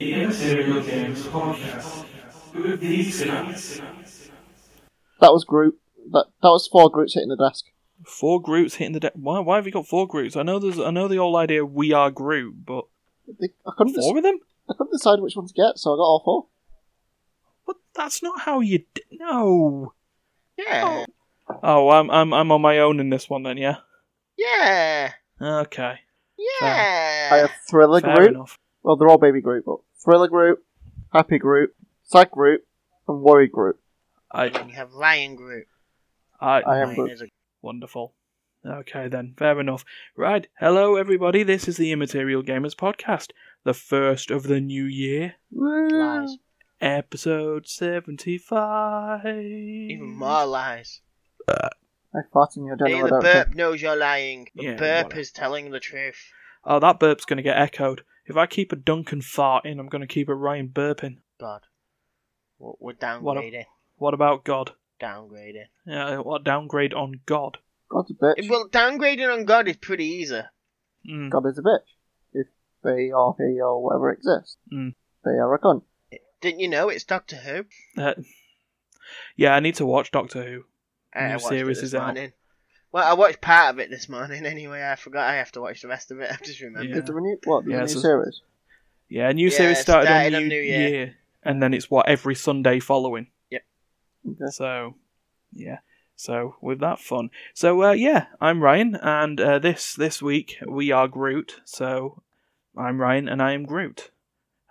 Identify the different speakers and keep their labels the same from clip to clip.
Speaker 1: I en serial games podcast. With these nuts.
Speaker 2: That was Groot. That that was four Groots hitting the desk.
Speaker 3: Four Groots hitting the deck. Why? Why have we got four Groots? I know there's. I know the old idea we are Groot, but
Speaker 2: They- I couldn't,
Speaker 3: four
Speaker 2: dec-
Speaker 3: of them.
Speaker 2: I couldn't decide which one to get, so I got all four.
Speaker 3: But that's not how you. D- no.
Speaker 4: Yeah.
Speaker 3: Oh, I'm I'm I'm on my own in this one then. Yeah.
Speaker 4: Yeah.
Speaker 3: Okay.
Speaker 4: Yeah.
Speaker 2: I have Thriller
Speaker 3: Fair
Speaker 2: Groot.
Speaker 3: enough.
Speaker 2: Well, they're all baby Groot, but Thriller Groot, Happy Groot, Sad Groot, and Worry Groot.
Speaker 3: I
Speaker 4: You have Lion Group.
Speaker 3: I
Speaker 2: I am
Speaker 4: Lion
Speaker 2: Groot.
Speaker 4: is a-
Speaker 3: Wonderful. Okay, then, fair enough. Right, hello everybody, this is the Immaterial Gamers Podcast, the first of the new year,
Speaker 2: Woo.
Speaker 4: lies.
Speaker 3: episode 75. Even
Speaker 4: Even more lies.
Speaker 2: I fart in your
Speaker 4: Even
Speaker 2: general
Speaker 4: the
Speaker 2: direction.
Speaker 4: burp knows you're lying. The
Speaker 3: Yeah,
Speaker 4: burp
Speaker 3: whatever.
Speaker 4: is telling the truth.
Speaker 3: Oh, that burp's going to get echoed. If I keep a Duncan fart in, I'm going to keep a Ryan burping.
Speaker 4: God. We're we're
Speaker 3: What a-
Speaker 4: downgrading.
Speaker 3: What about God?
Speaker 4: Downgrading.
Speaker 3: Yeah, what downgrade on God?
Speaker 2: God's a bitch.
Speaker 4: Well, downgrading on God is pretty easy.
Speaker 3: Mm.
Speaker 2: God is a bitch. If they or he or whatever exists,
Speaker 3: Mm.
Speaker 2: they are a cunt.
Speaker 4: Didn't you know it's Doctor Who?
Speaker 3: Uh, yeah, I need to watch Doctor Who.
Speaker 4: I- I
Speaker 3: New
Speaker 4: watched it
Speaker 3: series
Speaker 4: this
Speaker 3: is out.
Speaker 4: morning. Well, I watched part of it this morning anyway. I forgot I have to watch the rest of it. I've just remembered.
Speaker 3: Yeah.
Speaker 2: Is there a new what? There's
Speaker 3: Yeah,
Speaker 2: a new
Speaker 3: so-
Speaker 2: series.
Speaker 3: Yeah, a new
Speaker 4: Yeah,
Speaker 3: series
Speaker 4: it
Speaker 3: started,
Speaker 4: started
Speaker 3: on,
Speaker 4: on
Speaker 3: new,
Speaker 4: New Year.
Speaker 3: year, and then it's what every Sunday following.
Speaker 2: Okay.
Speaker 3: So, yeah. So with that fun. So uh, yeah, I'm Ryan, and uh, this this week we are Groot. So I'm Ryan, and I am Groot.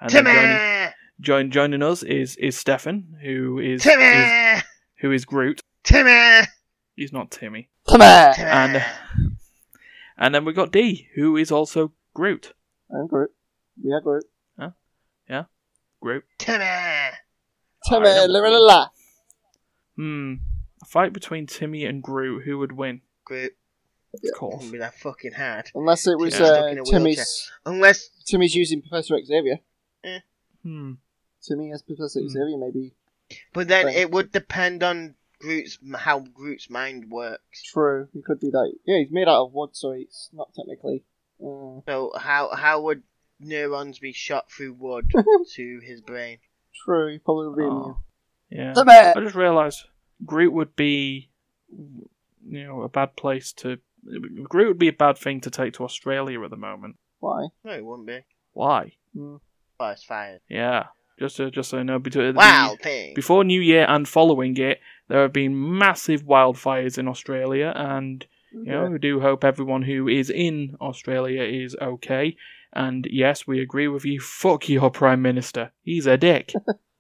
Speaker 3: And then
Speaker 4: Timmy!
Speaker 3: joining, join, joining us is is Stefan, who is, is
Speaker 4: Timmy!
Speaker 3: who is Groot.
Speaker 4: Timmy!
Speaker 3: He's not Timmy.
Speaker 2: Come here!
Speaker 4: Timmy!
Speaker 3: And and then we got D, who is also Groot.
Speaker 2: I'm Groot. We are Groot.
Speaker 3: Groot.
Speaker 4: Timmy!
Speaker 2: Timmy,
Speaker 3: I am
Speaker 2: la la la.
Speaker 3: Hmm. A fight between Timmy and Groot, who would win?
Speaker 4: Group.
Speaker 3: Of
Speaker 4: Wouldn't
Speaker 3: course.
Speaker 4: be that fucking hard.
Speaker 2: Unless it was
Speaker 3: Yeah.
Speaker 2: uh,
Speaker 4: Stuck in a
Speaker 2: Timmy's.
Speaker 4: Unless
Speaker 2: Timmy's using Professor Xavier.
Speaker 3: Hmm.
Speaker 2: Timmy as Professor
Speaker 3: Hmm.
Speaker 2: Xavier, maybe.
Speaker 4: But then
Speaker 2: Right.
Speaker 4: it would depend on Groot's how Groot's mind works.
Speaker 2: True, he could do that. Yeah, he's made out of wood, so it's not technically. Uh,
Speaker 4: So how how would neurons be shot through wood to his brain?
Speaker 2: true, he probably would be immune.
Speaker 3: Oh, yeah.
Speaker 2: Timmy!
Speaker 3: I just realised Groot would be, you know, a bad place to. Groot would be a bad thing to take to Australia at the moment.
Speaker 2: Why?
Speaker 4: No, it wouldn't be.
Speaker 3: Why?
Speaker 2: Mm.
Speaker 4: Oh, it's fired.
Speaker 3: Yeah, just so, just so you know, between
Speaker 4: Wow, thing.
Speaker 3: before New Year and following it, there have been massive wildfires in Australia, and you know, we do hope everyone who is in Australia is okay. And yes, we agree with you. Fuck your prime minister. He's a dick.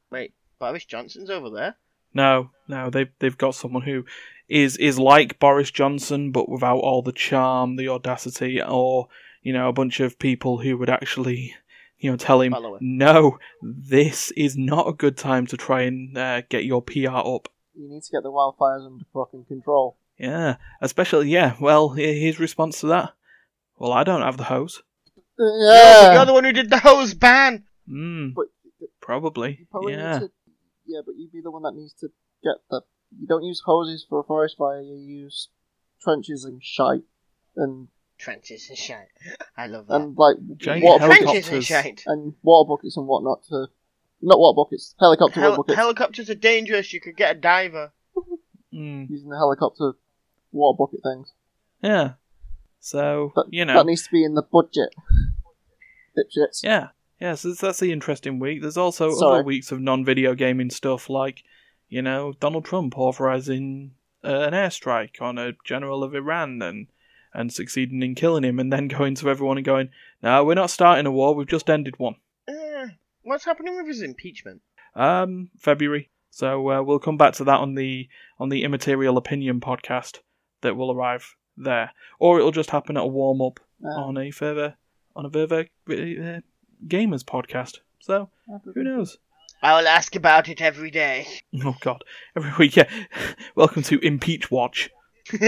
Speaker 4: Wait, Boris Johnson's over there.
Speaker 3: No, no, they've they've got someone who is is like Boris Johnson, but without all the charm, the audacity, or you know, a bunch of people who would actually, you know, tell him,
Speaker 4: Follow it.
Speaker 3: no, this is not a good time to try and uh, get your PR up.
Speaker 2: You need to get the wildfires under fucking control.
Speaker 3: Yeah, especially yeah. Well, he- his response to that, well, I don't have the hose.
Speaker 2: Yeah!
Speaker 4: You're the one who did the hose ban.
Speaker 3: Mm,
Speaker 2: But-
Speaker 3: probably.
Speaker 2: You probably
Speaker 3: Yeah,
Speaker 2: need to. Yeah, but you'd be the one that needs to get the. You don't use hoses for a forest fire. You use trenches and shite and
Speaker 4: Trenches and shite. I love that.
Speaker 2: and like
Speaker 3: Giant
Speaker 2: water buckets
Speaker 4: Trenches and
Speaker 3: helicopters.
Speaker 4: shite.
Speaker 2: and water buckets and whatnot to. Not water buckets, helicopter
Speaker 4: Hel-
Speaker 2: water buckets.
Speaker 4: helicopters are dangerous. You could get a diver.
Speaker 3: mm,
Speaker 2: using the helicopter water bucket things.
Speaker 3: yeah. So
Speaker 2: That,
Speaker 3: you know
Speaker 2: that needs to be in the budget. Dipshits.
Speaker 3: Yeah, yeah. So that's- that's the interesting week. There's also
Speaker 2: Sorry.
Speaker 3: other weeks of non-video gaming stuff, like you know Donald Trump authorizing uh, an airstrike on a general of Iran and and succeeding in killing him, and then going to everyone and going, "No, we're not starting a war. We've just ended one."
Speaker 4: Eh, what's happening with his impeachment?
Speaker 3: Um, February. So uh, we'll come back to that on the on the immaterial opinion podcast that will arrive there, or it'll just happen at a warm up
Speaker 4: Ah.
Speaker 2: Uh,
Speaker 3: on a further on a further uh, gamers podcast. So who knows?
Speaker 4: I will ask about it every day.
Speaker 3: Oh God! Every week, yeah. Welcome to Impeach Watch.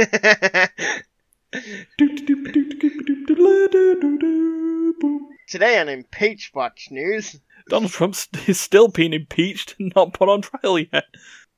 Speaker 3: Donald
Speaker 4: Today on Impeach Watch News.
Speaker 3: Trump is still being impeached and not put on trial yet.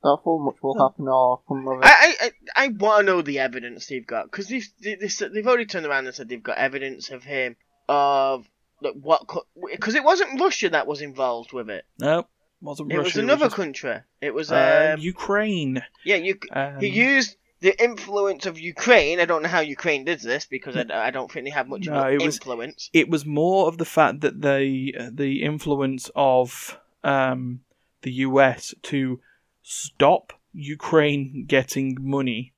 Speaker 2: Doubtful much will happen or come of it.
Speaker 3: Ah!
Speaker 4: I I, I, I want to know the evidence they've got because they've, they- they- they've already turned around and said they've got evidence of him of like, what because it wasn't Russia that was involved with it.
Speaker 3: No, wasn't
Speaker 4: It
Speaker 3: Russia.
Speaker 4: was
Speaker 3: it
Speaker 4: another
Speaker 3: just,
Speaker 4: country. It was
Speaker 3: uh,
Speaker 4: um,
Speaker 3: Ukraine.
Speaker 4: yeah. You
Speaker 3: Um,
Speaker 4: he used the influence of Ukraine. I don't know how Ukraine did this because I, I don't think they have much
Speaker 3: No,
Speaker 4: of an
Speaker 3: it was-
Speaker 4: influence.
Speaker 3: it was more of the fact that they uh, the influence of um, the US to stop Ukraine getting money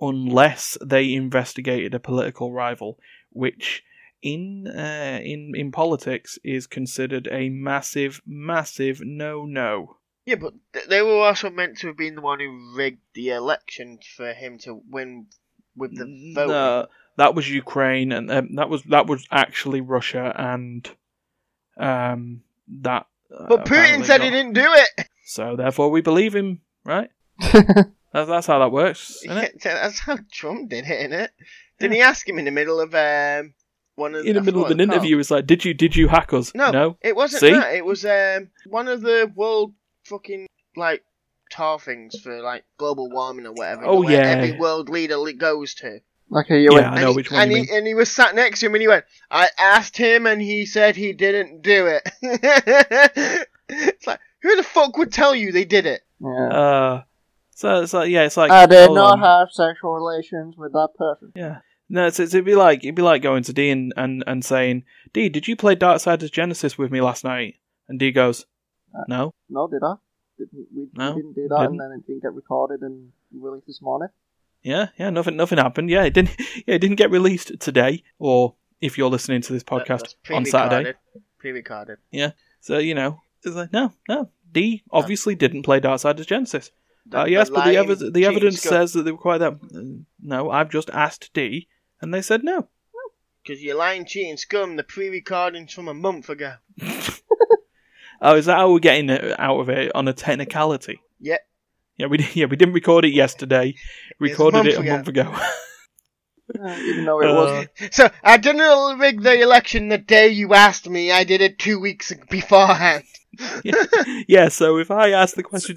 Speaker 3: unless they investigated a political rival, which in uh, in in politics is considered a massive massive no no.
Speaker 4: Yeah, but th- they were also meant to have been the one who rigged the election for him to win with the vote.
Speaker 3: No, that was Ukraine, and um, that was that was actually Russia, and um, that. uh,
Speaker 4: But Putin
Speaker 3: apparently
Speaker 4: said
Speaker 3: not-
Speaker 4: he didn't do it.
Speaker 3: So therefore, we believe him, right? That's, that's how that works, isn't
Speaker 4: Yeah,
Speaker 3: it?
Speaker 4: so that's how Trump did it, innit? Didn't he ask him in the middle of um one of
Speaker 3: In the
Speaker 4: I
Speaker 3: middle of
Speaker 4: forgot
Speaker 3: an
Speaker 4: what they're
Speaker 3: interview, it's like, "Did you did you hack us?"
Speaker 4: No, It wasn't
Speaker 3: See?
Speaker 4: that. It was um one of the world fucking like tar things for like global warming or whatever.
Speaker 3: Oh,
Speaker 4: where
Speaker 3: yeah.
Speaker 4: Every world leader li- goes to.
Speaker 2: Like a UN.
Speaker 3: Yeah, I
Speaker 4: And
Speaker 3: know
Speaker 4: he-
Speaker 3: which one
Speaker 4: And
Speaker 3: you
Speaker 4: he and he was sat next to him and he went, "I asked him and he said he didn't do it." it's like who the fuck would tell you they did it?
Speaker 2: Yeah.
Speaker 3: Uh, so it's like, yeah, it's like
Speaker 2: I did
Speaker 3: hold
Speaker 2: not
Speaker 3: on.
Speaker 2: have sexual relations with that person.
Speaker 3: Yeah. No, it's, it's, it'd be like it'd be like going to Dee and, and, and saying, "Dee, did you play Darksiders Genesis with me last night?" And Dee goes, "No."
Speaker 2: No, did I? Didn't we?
Speaker 3: No,
Speaker 2: didn't do that,
Speaker 3: didn't.
Speaker 2: and then it didn't get recorded and released this morning.
Speaker 3: Yeah, yeah, nothing, nothing happened. Yeah, it didn't. Yeah, it didn't get released today, or if you're listening to this podcast
Speaker 4: That's
Speaker 3: on Saturday.
Speaker 4: pre-recorded. Pre-recorded.
Speaker 3: So you know, it's like no, no. D obviously didn't play Darksiders Genesis.
Speaker 4: The-
Speaker 3: Uh, yes, but the,
Speaker 4: lying
Speaker 3: evi- the
Speaker 4: cheating
Speaker 3: evidence
Speaker 4: scum.
Speaker 3: says that they were quite that. uh, No, I've just asked D, and they said no.
Speaker 4: Because you're lying, cheating scum, the pre recordings from a month ago.
Speaker 3: Oh, is that how we're getting it out of it on a technicality?
Speaker 4: Yep.
Speaker 3: Yeah, we did- yeah we didn't record it yesterday. Recorded
Speaker 4: month
Speaker 3: it a
Speaker 4: ago. Oh,
Speaker 3: month ago.
Speaker 2: Uh, even though it
Speaker 3: Uh,
Speaker 2: wasn't.
Speaker 4: So, I didn't rig the election the day you asked me, I did it two weeks beforehand.
Speaker 3: yeah, so if I ask the question,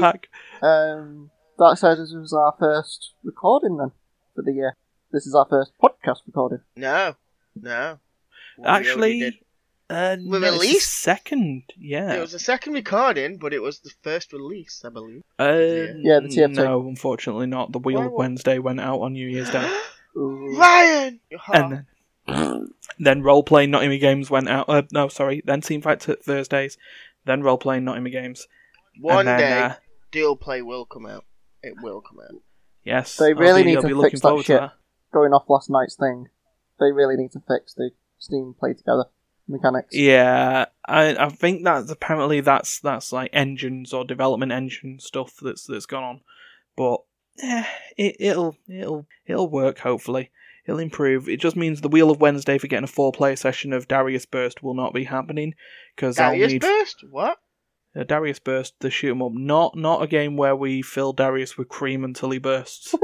Speaker 3: technically, hack,
Speaker 4: Oh,
Speaker 2: Um, Darksiders was our first recording then for the year. This is our first podcast recording.
Speaker 4: No, no. Well, we already did.
Speaker 3: actually, uh, no, it's the
Speaker 4: release?
Speaker 3: second.
Speaker 4: It
Speaker 3: Yeah,
Speaker 4: was the second recording, but it was the first release, I believe.
Speaker 3: uh,
Speaker 2: Yeah, the TFT.
Speaker 3: No, unfortunately not. The Wheel
Speaker 4: Why
Speaker 3: of
Speaker 4: would-
Speaker 3: Wednesday went out on New Year's Day.
Speaker 2: Ooh.
Speaker 4: Ryan! Your heart.
Speaker 3: and then then role playing Nottingham games went out. Uh, no, sorry. Then Team Fight t- Thursdays. Then role playing Nottingham games.
Speaker 4: One
Speaker 3: and then,
Speaker 4: day,
Speaker 3: uh,
Speaker 4: Deal Play will come out. It will come out.
Speaker 3: yes,
Speaker 2: They
Speaker 3: I'll
Speaker 2: really
Speaker 3: be-
Speaker 2: need
Speaker 3: I'll
Speaker 2: to
Speaker 3: be
Speaker 2: fix
Speaker 3: looking
Speaker 2: that
Speaker 3: forward
Speaker 2: shit.
Speaker 3: to that.
Speaker 2: Going off last night's thing, they really need to fix the Steam play together mechanics.
Speaker 3: Yeah, I I think that's apparently that's that's like engines or development engine stuff that's that's gone on, but eh, it it'll it'll it'll work hopefully. It'll improve. It just means the Wheel of Wednesday for getting a four-player session of Darius Burst will not be happening because I'll
Speaker 4: Darius
Speaker 3: need
Speaker 4: Burst? What?
Speaker 3: Uh, Darius burst the shoot 'em up. Not not a game where we fill Darius with cream until he bursts.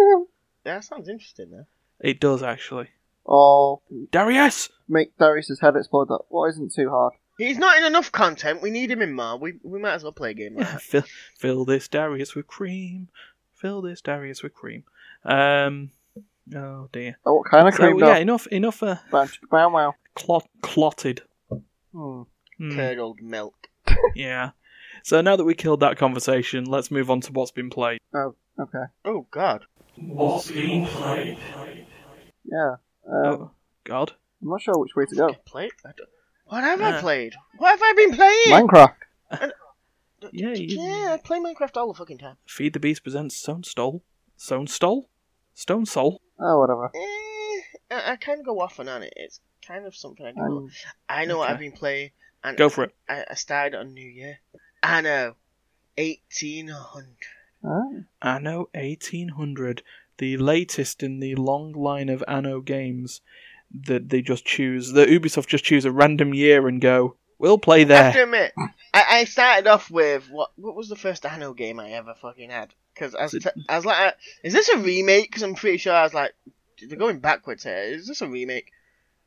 Speaker 4: That sounds interesting, though.
Speaker 3: it does actually.
Speaker 2: or
Speaker 3: Darius.
Speaker 2: Oh, make Darius's head explode. That what isn't too hard.
Speaker 4: He's not in enough content. We need him in more. We, we might as well play a game like
Speaker 3: Yeah,
Speaker 4: that.
Speaker 3: fill fill this Darius with cream. Fill this Darius with cream. Um. Oh dear.
Speaker 2: Oh, what kind of
Speaker 3: So
Speaker 2: cream?
Speaker 3: yeah,
Speaker 2: though?
Speaker 3: enough enough. Uh,
Speaker 2: Brown chicken, brown wow.
Speaker 3: clot clotted.
Speaker 2: Hmm.
Speaker 3: Hmm,
Speaker 4: Curdled milk.
Speaker 3: yeah. So now that we killed that conversation, let's move on to what's been played.
Speaker 2: Oh, okay.
Speaker 4: Oh, God.
Speaker 1: What's being played?
Speaker 2: Yeah. Um,
Speaker 3: oh God.
Speaker 2: I'm not sure which way to go.
Speaker 4: Play- I don't- what have I
Speaker 3: Uh,
Speaker 4: played? What have I been playing?
Speaker 2: Minecraft.
Speaker 3: Yeah. You,
Speaker 4: Yeah, I play Minecraft all the fucking time.
Speaker 3: Feed the Beast presents Stone Stole. Stone Stole. Stone Soul.
Speaker 2: Oh, whatever.
Speaker 4: Eh, I, I kind of go off and on it. It's kind of something I do.
Speaker 2: Um,
Speaker 4: I know what
Speaker 3: okay.
Speaker 4: I've been playing. And
Speaker 3: Go for it.
Speaker 4: I, I started on New Year. I know. 1800.
Speaker 2: oh,
Speaker 3: Anno 1800, the latest in the long line of Anno games that they just choose, that Ubisoft just choose a random year and go, we'll play
Speaker 4: I have to
Speaker 3: there.
Speaker 4: admit, I, I started off with what What was the first Anno game I ever fucking had? Because I, was
Speaker 3: Is
Speaker 4: t- I was like, is this a remake? Because I'm pretty sure I was like, they're going backwards here. Is this a remake?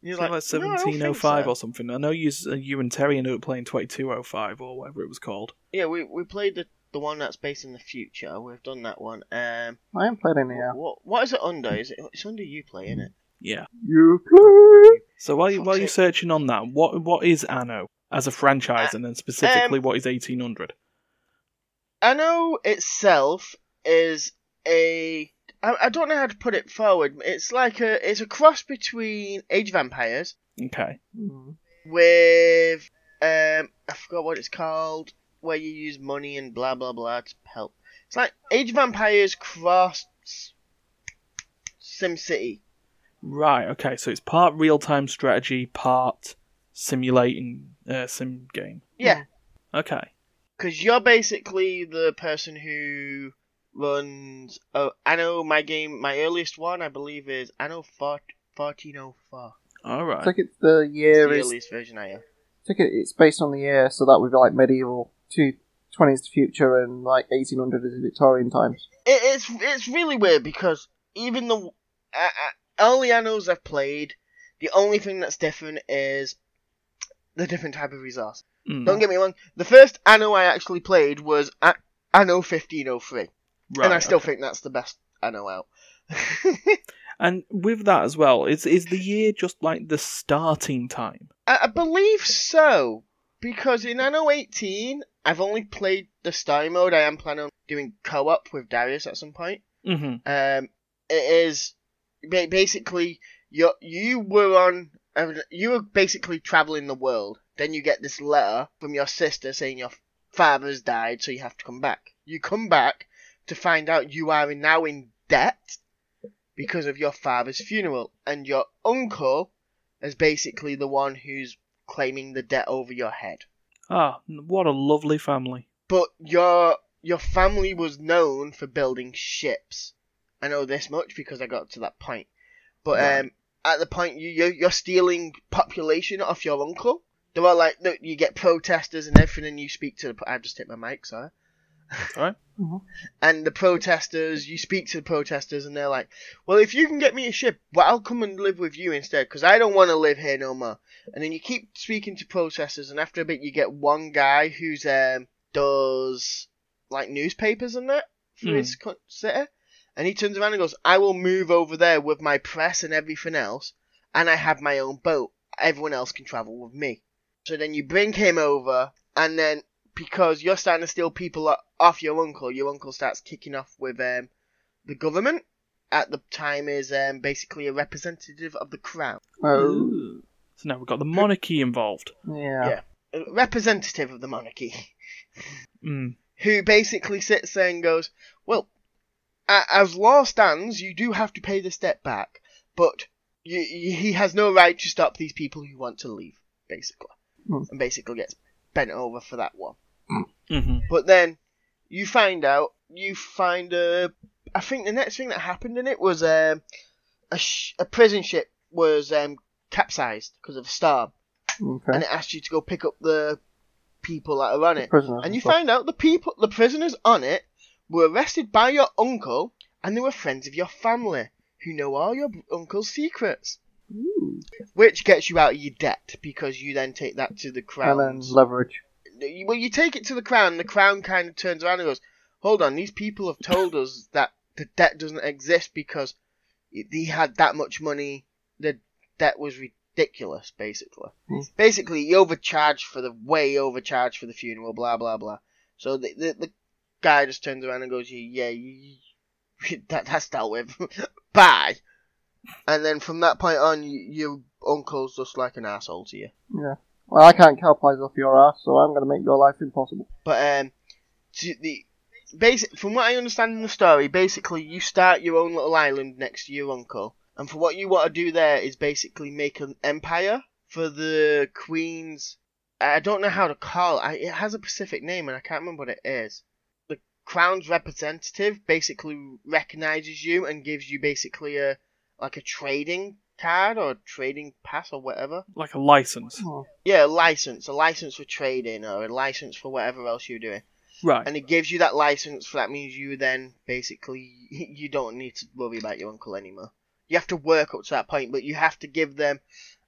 Speaker 4: And he
Speaker 3: It's
Speaker 4: was
Speaker 3: like
Speaker 4: "No, I don't think
Speaker 3: 1705
Speaker 4: so."
Speaker 3: or something. I know you, uh, you and Terry ended up playing 2205 or whatever it was called.
Speaker 4: Yeah, we we played the the one that's based in the future. We've done that one. Um,
Speaker 2: I haven't played any. Yeah.
Speaker 4: what what is it under? Is it it's under you play, isn't it?
Speaker 3: Yeah.
Speaker 2: You play.
Speaker 3: So while you,
Speaker 4: Fuck's
Speaker 3: while you're
Speaker 4: sake.
Speaker 3: searching on that, what what is Anno as a franchise, and then specifically
Speaker 4: Um,
Speaker 3: what is 1800?
Speaker 4: Anno itself is a I, I don't know how to put it forward. It's like a it's a cross between Age of Empires
Speaker 3: Okay,
Speaker 2: Mm.
Speaker 4: with um I forgot what it's called where you use money and blah blah blah to help. It's like Age of Empires cross SimCity.
Speaker 3: right. Okay, so it's part real time strategy, part simulating uh, sim game.
Speaker 4: Yeah,
Speaker 3: Okay,
Speaker 4: because you're basically the person who runs. Oh, Anno, my game, my earliest one I believe is Anno 14- 1404.
Speaker 3: all right.
Speaker 2: Ticket the
Speaker 4: It's
Speaker 2: year
Speaker 4: the
Speaker 2: is
Speaker 4: earliest version I have.
Speaker 2: ticket. It's based on the year, so that would be like medieval, two twenties to future, and like eighteen hundred is Victorian times.
Speaker 4: It, it's it's really weird because even the uh, early Annos I've played, the only thing that's different is the different type of resource.
Speaker 3: Mm,
Speaker 4: Don't get me wrong. The first Anno I actually played was a- Anno 1503,
Speaker 3: right,
Speaker 4: and I still
Speaker 3: okay.
Speaker 4: think that's the best Anno out.
Speaker 3: And with that as well, is is the year just like the starting time?
Speaker 4: I, I believe so, because in Anno 18, I've only played the story mode. I am planning on doing co-op with Darius at some point.
Speaker 3: Mm-hmm.
Speaker 4: Um, it is ba- basically you you were on um, you were basically traveling the world. Then you get this letter from your sister saying your father's died, so you have to come back. You come back to find out you are now in debt because of your father's funeral, and your uncle is basically the one who's claiming the debt over your head.
Speaker 3: Ah, n- what a lovely family.
Speaker 4: But your your family was known for building ships. I know this much because I got to that point. But
Speaker 3: Right.
Speaker 4: um, at the point you you're, you're stealing population off your uncle. There are like look, you get protesters and everything, and you speak to the. pro- I've just hit my mic, sorry.
Speaker 3: Alright.
Speaker 2: Mhm.
Speaker 4: And the protesters, you speak to the protesters, and they're like, "Well, if you can get me a ship, well, I'll come and live with you instead, because I don't want to live here no more." And then you keep speaking to protesters, and after a bit, you get one guy who's um does like newspapers and that for
Speaker 3: Mm.
Speaker 4: his co- city, and he turns around and goes, "I will move over there with my press and everything else, and I have my own boat. Everyone else can travel with me." So then you bring him over, and then because you're starting to steal people o- off your uncle, your uncle starts kicking off with um the government. At the time, is um, basically a representative of the crown.
Speaker 2: Oh,
Speaker 3: Ooh. So now we've got the monarchy involved.
Speaker 2: yeah.
Speaker 4: Yeah. A representative of the monarchy.
Speaker 3: Mm.
Speaker 4: who basically sits there and goes, "Well, a- as law stands, you do have to pay this debt back, but you, you, he has no right to stop these people who want to leave." Basically,
Speaker 2: Hmm.
Speaker 4: and basically gets bent over for that one.
Speaker 3: Mm-hmm.
Speaker 4: But then you find out, you find a. I think the next thing that happened in it was um, a sh- a prison ship was um, capsized because of a storm,
Speaker 2: Okay.
Speaker 4: and it asked you to go pick up the people that are on it.
Speaker 2: Prisoners
Speaker 4: And you
Speaker 2: stuff.
Speaker 4: find out the people, the prisoners on it, were arrested by your uncle, and they were friends of your family who know all your b- uncle's secrets,
Speaker 2: Ooh.
Speaker 4: which gets you out of your debt because you then take that to the
Speaker 2: and
Speaker 4: crown.
Speaker 2: then leverage.
Speaker 4: You- well, you take it to the crown, and the crown kind of turns around and goes, "Hold on, these people have told us that the debt doesn't exist because he had that much money. The debt was ridiculous, basically.
Speaker 2: Hmm.
Speaker 4: Basically, he overcharged for the way overcharged for the funeral, blah blah blah. So the the, the guy just turns around and goes, "Yeah, you, you- that that's dealt with. Bye." And then from that point on, you, your uncle's just like an asshole to you.
Speaker 2: Yeah. Well, I can't capitalize off your ass, so I'm going to make your life impossible.
Speaker 4: But um, to the basic from what I understand in the story, basically you start your own little island next to your uncle, and for what you want to do there is basically make an empire for the queen's. I don't know how to call it. I- It has a specific name, and I can't remember what it is. The crown's representative basically recognizes you and gives you basically a like a trading card or a trading pass or whatever.
Speaker 3: Like a license.
Speaker 2: Oh,
Speaker 4: Yeah, a license, a license for trading or a license for whatever else you're doing
Speaker 3: Right.
Speaker 4: and it gives you that license. So that means you then basically you don't need to worry about your uncle anymore. You have to work up to that point, but you have to give them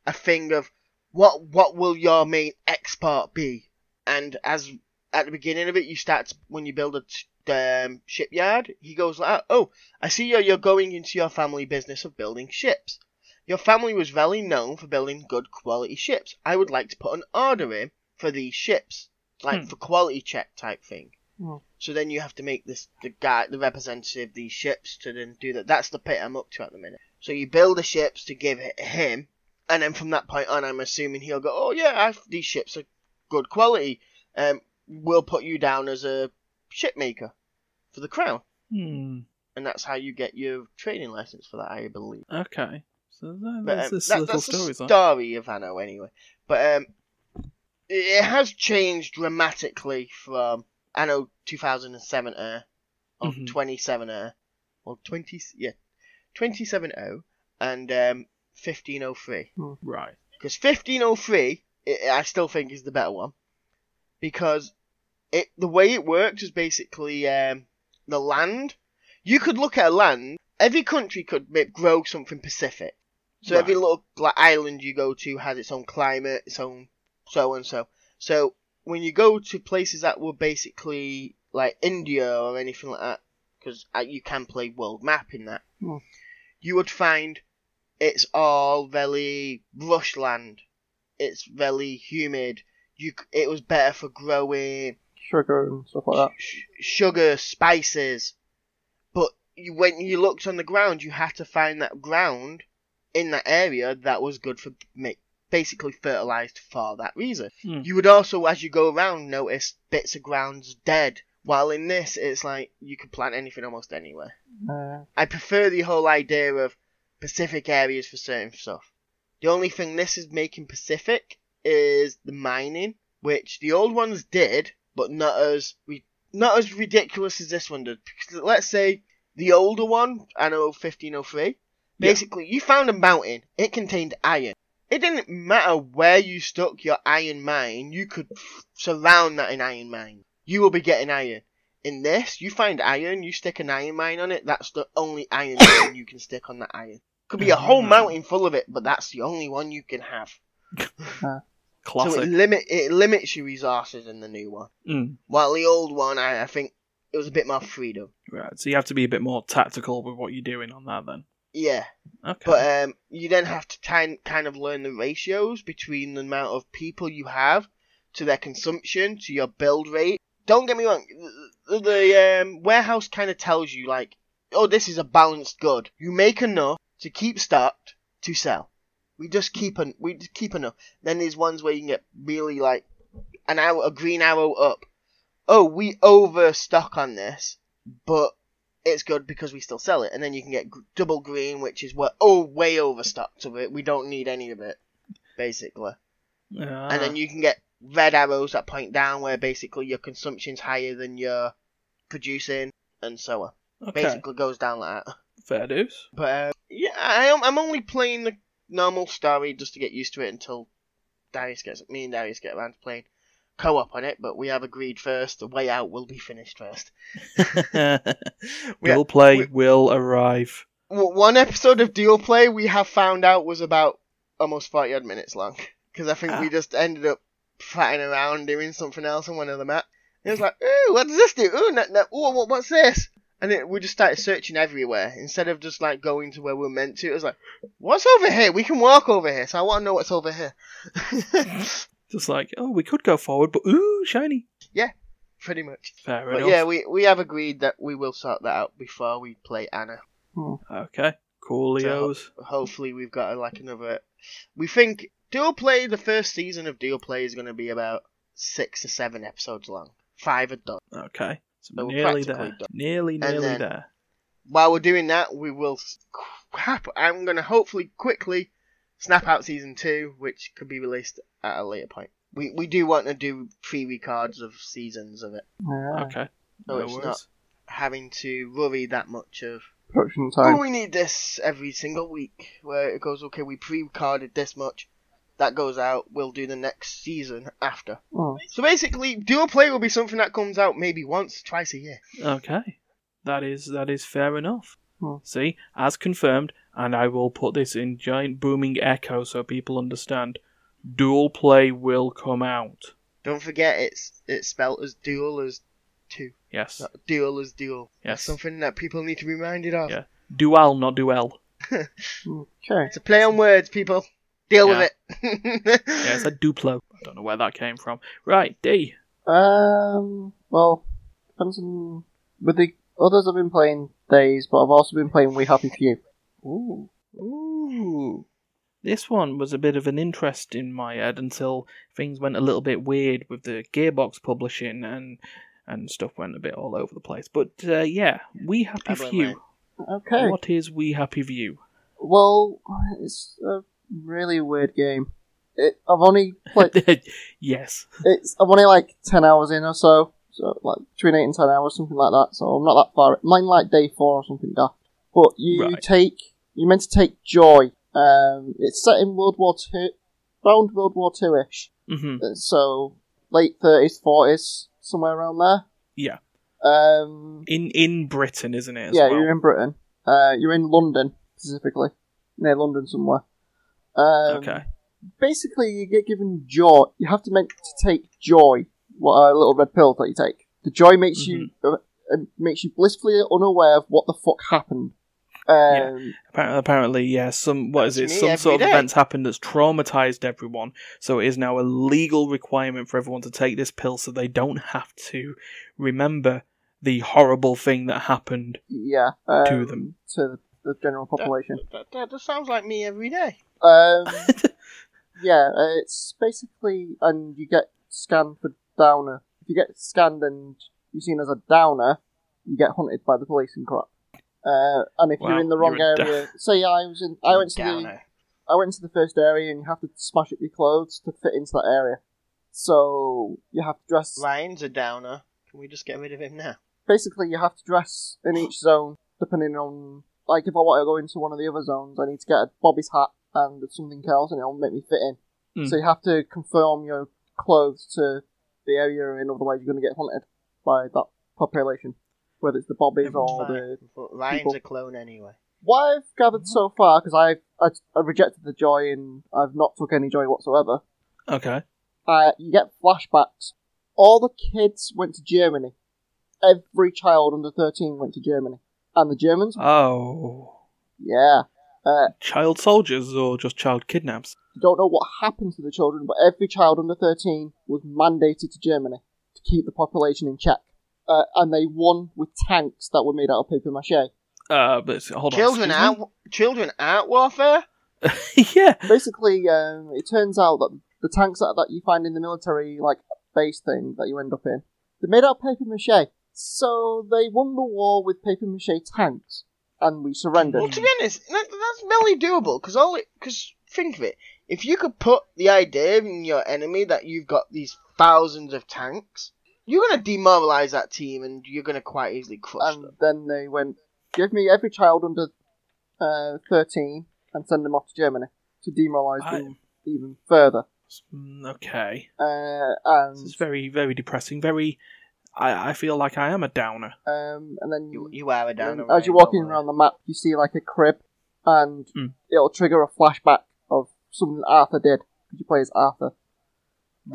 Speaker 4: a thing of what what will your main export be? And as at the beginning of it, you start to, when you build a t- um, oh, shipyard. He goes like, "Oh, I see you're you're going into your family business of building ships. Your family was very known for building good quality ships. I would like to put an order in for these ships, like
Speaker 3: Hmm.
Speaker 4: for quality check type thing.
Speaker 2: Hmm.
Speaker 4: So then you have to make this the guy, the representative of these ships to then do that. That's the pit I'm up to at the minute. So you build the ships to give it him, and then from that point on, I'm assuming he'll go, oh yeah, i these ships are good quality. Um, we'll put you down as a ship maker for the crown,
Speaker 3: Hmm.
Speaker 4: and that's how you get your training license for that, I believe.
Speaker 3: Okay. So that,
Speaker 4: But,
Speaker 3: that's
Speaker 4: um,
Speaker 3: this
Speaker 4: that-
Speaker 3: little
Speaker 4: that's
Speaker 3: story.
Speaker 4: the
Speaker 3: then.
Speaker 4: story of Anno anyway. But um, it it has changed dramatically from Anno 2007 era or
Speaker 3: Mhm.
Speaker 4: 27 era or 20 yeah 27.0 and um 1503
Speaker 3: Right.
Speaker 4: because 1503 i I still think is the better one because it the way it worked is basically um, the land. You could look at a land. Every country could ma- grow something specific. So every
Speaker 3: Right.
Speaker 4: little like, island you go to has its own climate, its own so and so. So when you go to places that were basically like India or anything like that, because you can play world map in that,
Speaker 2: Hmm.
Speaker 4: you would find it's all very bushland. It's very humid. You, c- it was better for growing
Speaker 2: Sugar and stuff like that.
Speaker 4: sh- sugar, spices. But you, when you looked on the ground, you had to find that ground in that area that was good for make, basically fertilized for that reason.
Speaker 3: Hmm.
Speaker 4: You would also, as you go around, notice bits of grounds dead. While in this, it's like you could plant anything almost anywhere.
Speaker 2: Uh,
Speaker 4: I prefer the whole idea of Pacific areas for certain stuff. The only thing this is making Pacific is the mining, which the old ones did, but not as ri- not as ridiculous as this one did. Because let's say the older one, I know 1503,
Speaker 3: Yeah.
Speaker 4: basically you found a mountain, it contained iron. It didn't matter where you stuck your iron mine, you could f- surround that in iron mine. You will be getting iron. In this, you find iron, you stick an iron mine on it, that's the only iron mine you can stick on that iron. Could be a whole
Speaker 3: Ah.
Speaker 4: mountain full of it, but that's the only one you can have. So it
Speaker 3: Classic.
Speaker 4: limit it limits your resources in the new one.
Speaker 3: Mm.
Speaker 4: While the old one, I, I think it was a bit more freedom.
Speaker 3: Right. So you have to be a bit more tactical with what you're doing on that then.
Speaker 4: Yeah,
Speaker 3: Okay.
Speaker 4: but um, you then have to kind kind of learn the ratios between the amount of people you have to their consumption to your build rate. Don't get me wrong, the, the um, warehouse kind of tells you like, oh, this is a balanced good. You make enough to keep stocked to sell. We just keep an we just keep enough. Then there's ones where you can get really like an arrow, a green arrow up. Oh, we overstock on this, but it's good because we still sell it, and then you can get gr- double green, which is what oh way overstocked of it. We don't need any of it, basically.
Speaker 3: Ah.
Speaker 4: And then you can get red arrows that point down, where basically your consumption's higher than you're producing, and so on.
Speaker 3: okay.
Speaker 4: Basically goes down like that.
Speaker 3: Fair dues.
Speaker 4: But uh, yeah, I, am- I'm only playing the normal story just to get used to it until Darius gets me and Darius get around to playing co-op on it. But we have agreed first, the way out will be finished first.
Speaker 3: we'll play.
Speaker 4: we-
Speaker 3: We'll arrive.
Speaker 4: W- one episode of Dual Play we have found out was about almost 40 odd minutes long. Because I think we
Speaker 3: Ah.
Speaker 4: just ended up fatting around doing something else on one of the map. It was like, ooh, what does this do? Ooh, no, no, ooh what, what's this? And it, we just started searching everywhere instead of just like going to where we are meant to. It was like, what's over here? We can walk over here, so I want to know what's over here.
Speaker 3: Just like oh, we could go forward, but ooh, shiny.
Speaker 4: Pretty much.
Speaker 3: Fair
Speaker 4: But
Speaker 3: enough.
Speaker 4: yeah, we, we have agreed that we will sort that out before we play Anna.
Speaker 3: Okay. Coolios.
Speaker 4: hopefully we've got like another. We think Dual Play, the first season of Dual Play is going to be about six or seven episodes long, five or done.
Speaker 3: Okay. So
Speaker 4: So we're
Speaker 3: nearly
Speaker 4: practically
Speaker 3: there.
Speaker 4: done.
Speaker 3: Nearly,
Speaker 4: And
Speaker 3: nearly
Speaker 4: then-
Speaker 3: there.
Speaker 4: While we're doing that, we will. s- crap, I'm going to hopefully quickly snap out season two, which could be released at a later point. We we do want to do pre-records of seasons of it,
Speaker 2: yeah.
Speaker 3: Okay.
Speaker 4: uh, No, it's
Speaker 3: worries.
Speaker 4: not. having to worry that much of.
Speaker 2: Production time.
Speaker 4: Oh, we need this every single week. Where it goes, okay, we pre-recorded this much. That goes out. We'll do the next season after.
Speaker 2: Oh,
Speaker 4: So basically, dual play will be something that comes out maybe once, twice a year.
Speaker 3: Okay. That is that is fair enough.
Speaker 2: Hmm.
Speaker 3: See, as confirmed, and I will put this in giant booming echo so people understand. Dual play will come out.
Speaker 4: Don't forget, it's it's spelt as dual as two,
Speaker 3: Yes.
Speaker 4: not dual as dual.
Speaker 3: Yes.
Speaker 4: Something that people need to be reminded of.
Speaker 3: Yeah. Dual, not duel.
Speaker 2: Oh, Okay.
Speaker 4: It's a play on words, people. Deal
Speaker 3: Yeah.
Speaker 4: with it.
Speaker 3: Yeah, it's a Duplo. I don't know where that came from. Right, D.
Speaker 2: Um. Well, depends on. With the others, I've been playing Days, but I've also been playing We Happy Few.
Speaker 3: Ooh. Ooh. This one was a bit of an interest in my head until things went a little bit weird with the Gearbox publishing and and stuff went a bit all over the place. But uh, yeah, We Happy
Speaker 4: I blame
Speaker 3: Few.
Speaker 2: Okay.
Speaker 3: What is We Happy View?
Speaker 2: Well, it's a really weird game. It, I've only played.
Speaker 3: yes.
Speaker 2: it's I'm only like ten hours in or so, so like between eight and ten hours, something like that. So I'm not that far. Mine like day four or something daft. But you
Speaker 3: Right.
Speaker 2: take you're meant to take joy. Um, it's set in World War Two, around World War Two ish.
Speaker 3: hmm
Speaker 2: So late thirties, forties, somewhere around there.
Speaker 3: Yeah.
Speaker 2: Um,
Speaker 3: In in Britain, isn't it? As
Speaker 2: yeah,
Speaker 3: well?
Speaker 2: you're in Britain. Uh, you're in London specifically, near London somewhere. Um,
Speaker 3: okay.
Speaker 2: basically you get given joy. You have to meant to take joy. What a little red pill that you take. The joy makes you
Speaker 3: Mm-hmm.
Speaker 2: uh, uh, makes you blissfully unaware of what the fuck happened. Um,
Speaker 3: Apparently, apparently, yeah. Some what is
Speaker 4: That's
Speaker 3: it?
Speaker 4: me
Speaker 3: Some
Speaker 4: every
Speaker 3: sort of
Speaker 4: day.
Speaker 3: events happened that's traumatized everyone, so it is now a legal requirement for everyone to take this pill, so they don't have to remember the horrible thing that happened.
Speaker 2: yeah, um,
Speaker 3: To them. Uh,
Speaker 2: to the, the general population.
Speaker 4: that, that, that sounds like me every day.
Speaker 2: Um, yeah, uh, it's basically and you get scanned for downer. If you get scanned and you're seen as a downer, you get hunted by the police and crap. Uh, and if
Speaker 3: Wow,
Speaker 2: you're in the wrong
Speaker 3: you're a da-
Speaker 2: area, say I was in, I went to the
Speaker 4: Downer.
Speaker 2: I went into the first area and you have to smash up your clothes to fit into that area. So you have to dress.
Speaker 4: Ryan's a downer. Can we just get rid of him now?
Speaker 2: Basically, you have to dress in each zone depending on. Like, if I want to go into one of the other zones, I need to get a Bobby's hat and something else, and it'll make me fit in.
Speaker 3: Mm.
Speaker 2: So you have to conform your clothes to the area you're in, otherwise you're going to get hunted by that population, whether it's the Bobbies or the
Speaker 4: But Ryan's
Speaker 2: people-
Speaker 4: a clone anyway.
Speaker 2: what I've gathered so far, because I I rejected the joy and I've not took any joy whatsoever.
Speaker 3: Okay.
Speaker 2: uh, you get flashbacks. All the kids went to Germany. Every child under 13 went to Germany. And the Germans?
Speaker 3: Oh,
Speaker 2: Yeah. Uh,
Speaker 3: child soldiers or just child kidnaps?
Speaker 2: I don't know what happened to the children, but every child under 13 was mandated to Germany to keep the population in check. Uh, and they won with tanks that were made out of paper mache.
Speaker 3: Uh, but it's- hold on.
Speaker 4: Children out, children out warfare.
Speaker 3: Excuse me? yeah.
Speaker 2: Basically, um, it turns out that the tanks that, that you find in the military, like base thing that you end up in, they're made out of paper mache. So they won the war with paper mache tanks, and we surrendered.
Speaker 4: Well, to be honest, that, that's merely doable because all because think of it. If you could put the idea in your enemy that you've got these thousands of tanks, you're gonna demoralize that team and you're gonna quite easily crush
Speaker 2: And
Speaker 4: them.
Speaker 2: then they went, give me every child under uh, 13 and send them off to Germany to demoralise
Speaker 3: I-
Speaker 2: them even further.
Speaker 3: Mm, Okay.
Speaker 2: Uh,
Speaker 3: This
Speaker 2: and
Speaker 3: is very very depressing. Very. I I feel like I am a downer.
Speaker 2: um, and then
Speaker 4: You, you are a downer.
Speaker 2: And as you're
Speaker 4: Ryan,
Speaker 2: walking
Speaker 4: don't worry.
Speaker 2: around the map, you see like a crib, and
Speaker 3: Hmm.
Speaker 2: it'll trigger a flashback of something that Arthur did. Because you play as Arthur.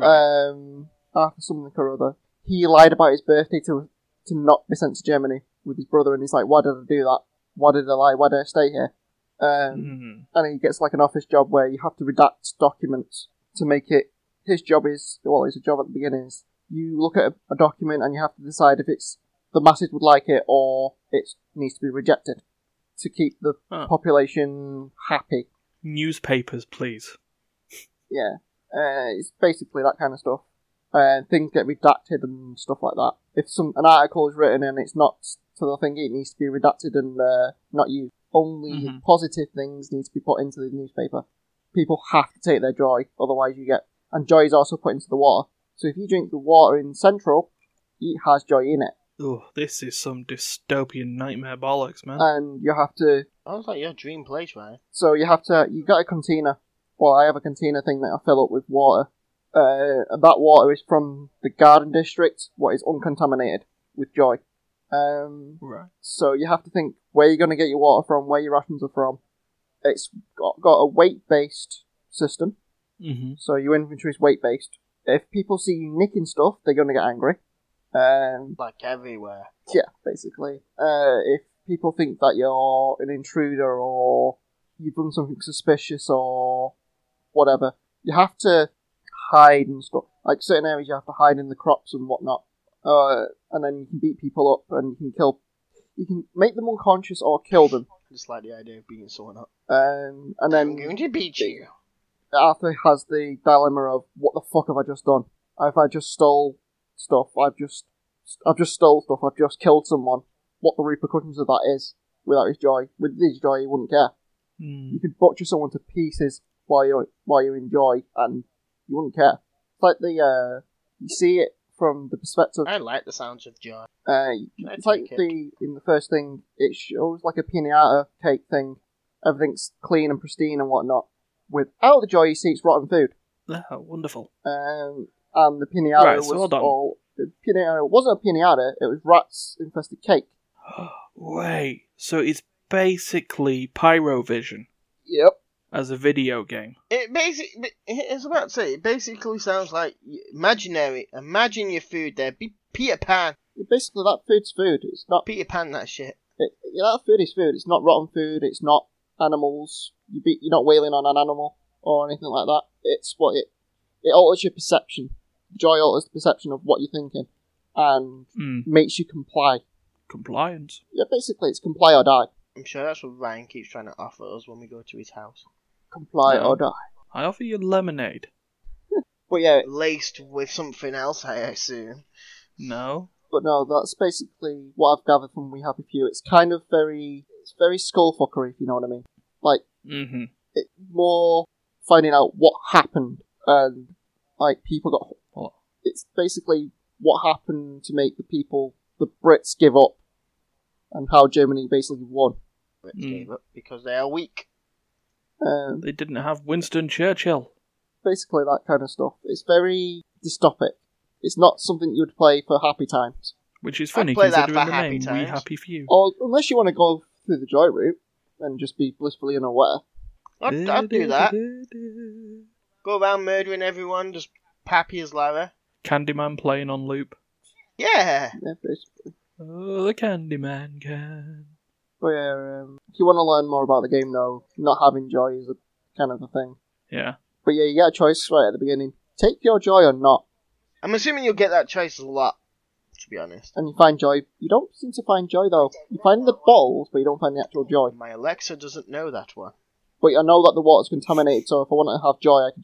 Speaker 2: Um, Arthur something or other. He lied about his birthday to to not be sent to Germany with his brother, and he's like, "Why did I do that? Why did I lie? Why did I stay here?" Um,
Speaker 3: Mm.
Speaker 2: And he gets like an office job where you have to redact documents to make it. His job is well, it's a job at the beginning. Is you look at a, a document and you have to decide if it's the masses would like it or it needs to be rejected to keep the
Speaker 3: Ah.
Speaker 2: population happy.
Speaker 3: Newspapers, please.
Speaker 2: Yeah, uh, it's basically that kind of stuff. Uh, things get redacted and stuff like that. If some an article is written and it's not to the thing, it needs to be redacted and uh, not used. Only
Speaker 3: Mhm.
Speaker 2: positive things need to be put into the newspaper. People have to take their joy, otherwise you get. And joy is also put into the water. So if you drink the water in Central, it has joy in it,
Speaker 3: Oh, this is some dystopian nightmare bollocks, man.
Speaker 2: and you have to
Speaker 4: Sounds like your dream place, Ryan.
Speaker 2: So you have to, you got a container. Well, I have a container thing that I fill up with water. Uh, and that water is from the garden district, what is uncontaminated with joy. Um,
Speaker 3: right.
Speaker 2: so you have to think where you're going to get your water from, where your rations are from. It's got, got a weight based system,
Speaker 3: Mm-hmm.
Speaker 2: so your inventory is weight based. If people see you nicking stuff, they're going to get angry. Um,
Speaker 4: Like everywhere.
Speaker 2: yeah, basically. Uh, if people think that you're an intruder or you've done something suspicious or whatever. You have to hide and stuff. Like certain areas, you have to hide in the crops and whatnot, uh, and then you can beat people up and you can kill. You can make them unconscious or kill them,
Speaker 4: I just like the idea of beating someone up.
Speaker 2: um, and then
Speaker 4: I'm going to beat you.
Speaker 2: Arthur has the dilemma of what the fuck have I just done? If I just stole stuff, I've just I've just stole stuff, I've just killed someone. What the repercussions of that is without his joy. With his joy he wouldn't care.
Speaker 3: Hmm.
Speaker 2: You could butcher someone to pieces while you while you enjoy and you wouldn't care. It's like the uh, you see it from the perspective
Speaker 4: I like the sounds of joy.
Speaker 2: uh,
Speaker 4: Can I
Speaker 2: it's like
Speaker 4: take it?
Speaker 2: the in the first thing, it shows like a pinata cake thing. Everything's clean and pristine and whatnot. Without the joy, you see it's rotten food.
Speaker 3: Ah, wonderful.
Speaker 2: Um, and the pinata
Speaker 3: Right,
Speaker 2: was
Speaker 3: so hold on.
Speaker 2: all the pinata wasn't a pinata. It was rats infested cake.
Speaker 3: Wait, so it's basically Pyrovision
Speaker 2: Yep.
Speaker 3: as a video game.
Speaker 4: It basically, it's about to say, it basically sounds like y- imaginary. Imagine your food there. Be Peter Pan.
Speaker 2: Basically, that food's food. It's not
Speaker 4: Peter Pan, that shit.
Speaker 2: it, yeah, that food is food. It's not rotten food. It's not animals. You be, you're not wailing on an animal or anything like that. It's what it it alters your perception. Joy alters the perception of what you're thinking, and
Speaker 3: Hmm.
Speaker 2: makes you comply.
Speaker 3: Compliance.
Speaker 2: Yeah, basically, it's comply or die.
Speaker 4: I'm sure that's what Ryan keeps trying to offer us when we go to his house.
Speaker 2: Comply
Speaker 3: Yeah.
Speaker 2: or die.
Speaker 3: I offer you lemonade.
Speaker 2: But yeah,
Speaker 4: Laced with something else, I assume.
Speaker 3: No.
Speaker 2: but no, that's basically what I've gathered from We Happy Few. It's kind of very, it's very skullfuckery, if you know what I mean. Like
Speaker 3: Mm-hmm.
Speaker 2: it, more finding out what happened and like people got.
Speaker 3: What?
Speaker 2: It's basically what happened to make the people, the Brits, give up, and how Germany basically won.
Speaker 4: But
Speaker 3: Mm.
Speaker 4: gave up because they are weak.
Speaker 2: Um,
Speaker 3: They didn't have Winston Churchill.
Speaker 2: basically, that kind of stuff. It's very dystopic. It's not something you would play for happy times.
Speaker 3: Which is funny
Speaker 4: play that
Speaker 3: considering
Speaker 4: for
Speaker 3: the
Speaker 4: happy
Speaker 3: name We
Speaker 4: times.
Speaker 3: Happy Few.
Speaker 2: Or unless you want to go through the joy route and just be blissfully unaware.
Speaker 4: I'd, I'd do that. Go around murdering everyone, just happy as Lara.
Speaker 3: Candyman playing on loop.
Speaker 4: Yeah.
Speaker 2: Yeah, basically.
Speaker 3: Oh, the Candyman can.
Speaker 2: But yeah, um, if you want to learn more about the game, though, not having joy is a kind of a thing.
Speaker 3: Yeah.
Speaker 2: But yeah, you get a choice right at the beginning: take your joy or not.
Speaker 4: I'm assuming you'll get that choice a lot, to be honest.
Speaker 2: And you find joy. You don't seem to find joy though. You find the balls, but you don't find the actual joy.
Speaker 4: My Alexa doesn't know that one.
Speaker 2: But I know that the water's contaminated, so if I want to have joy, I can.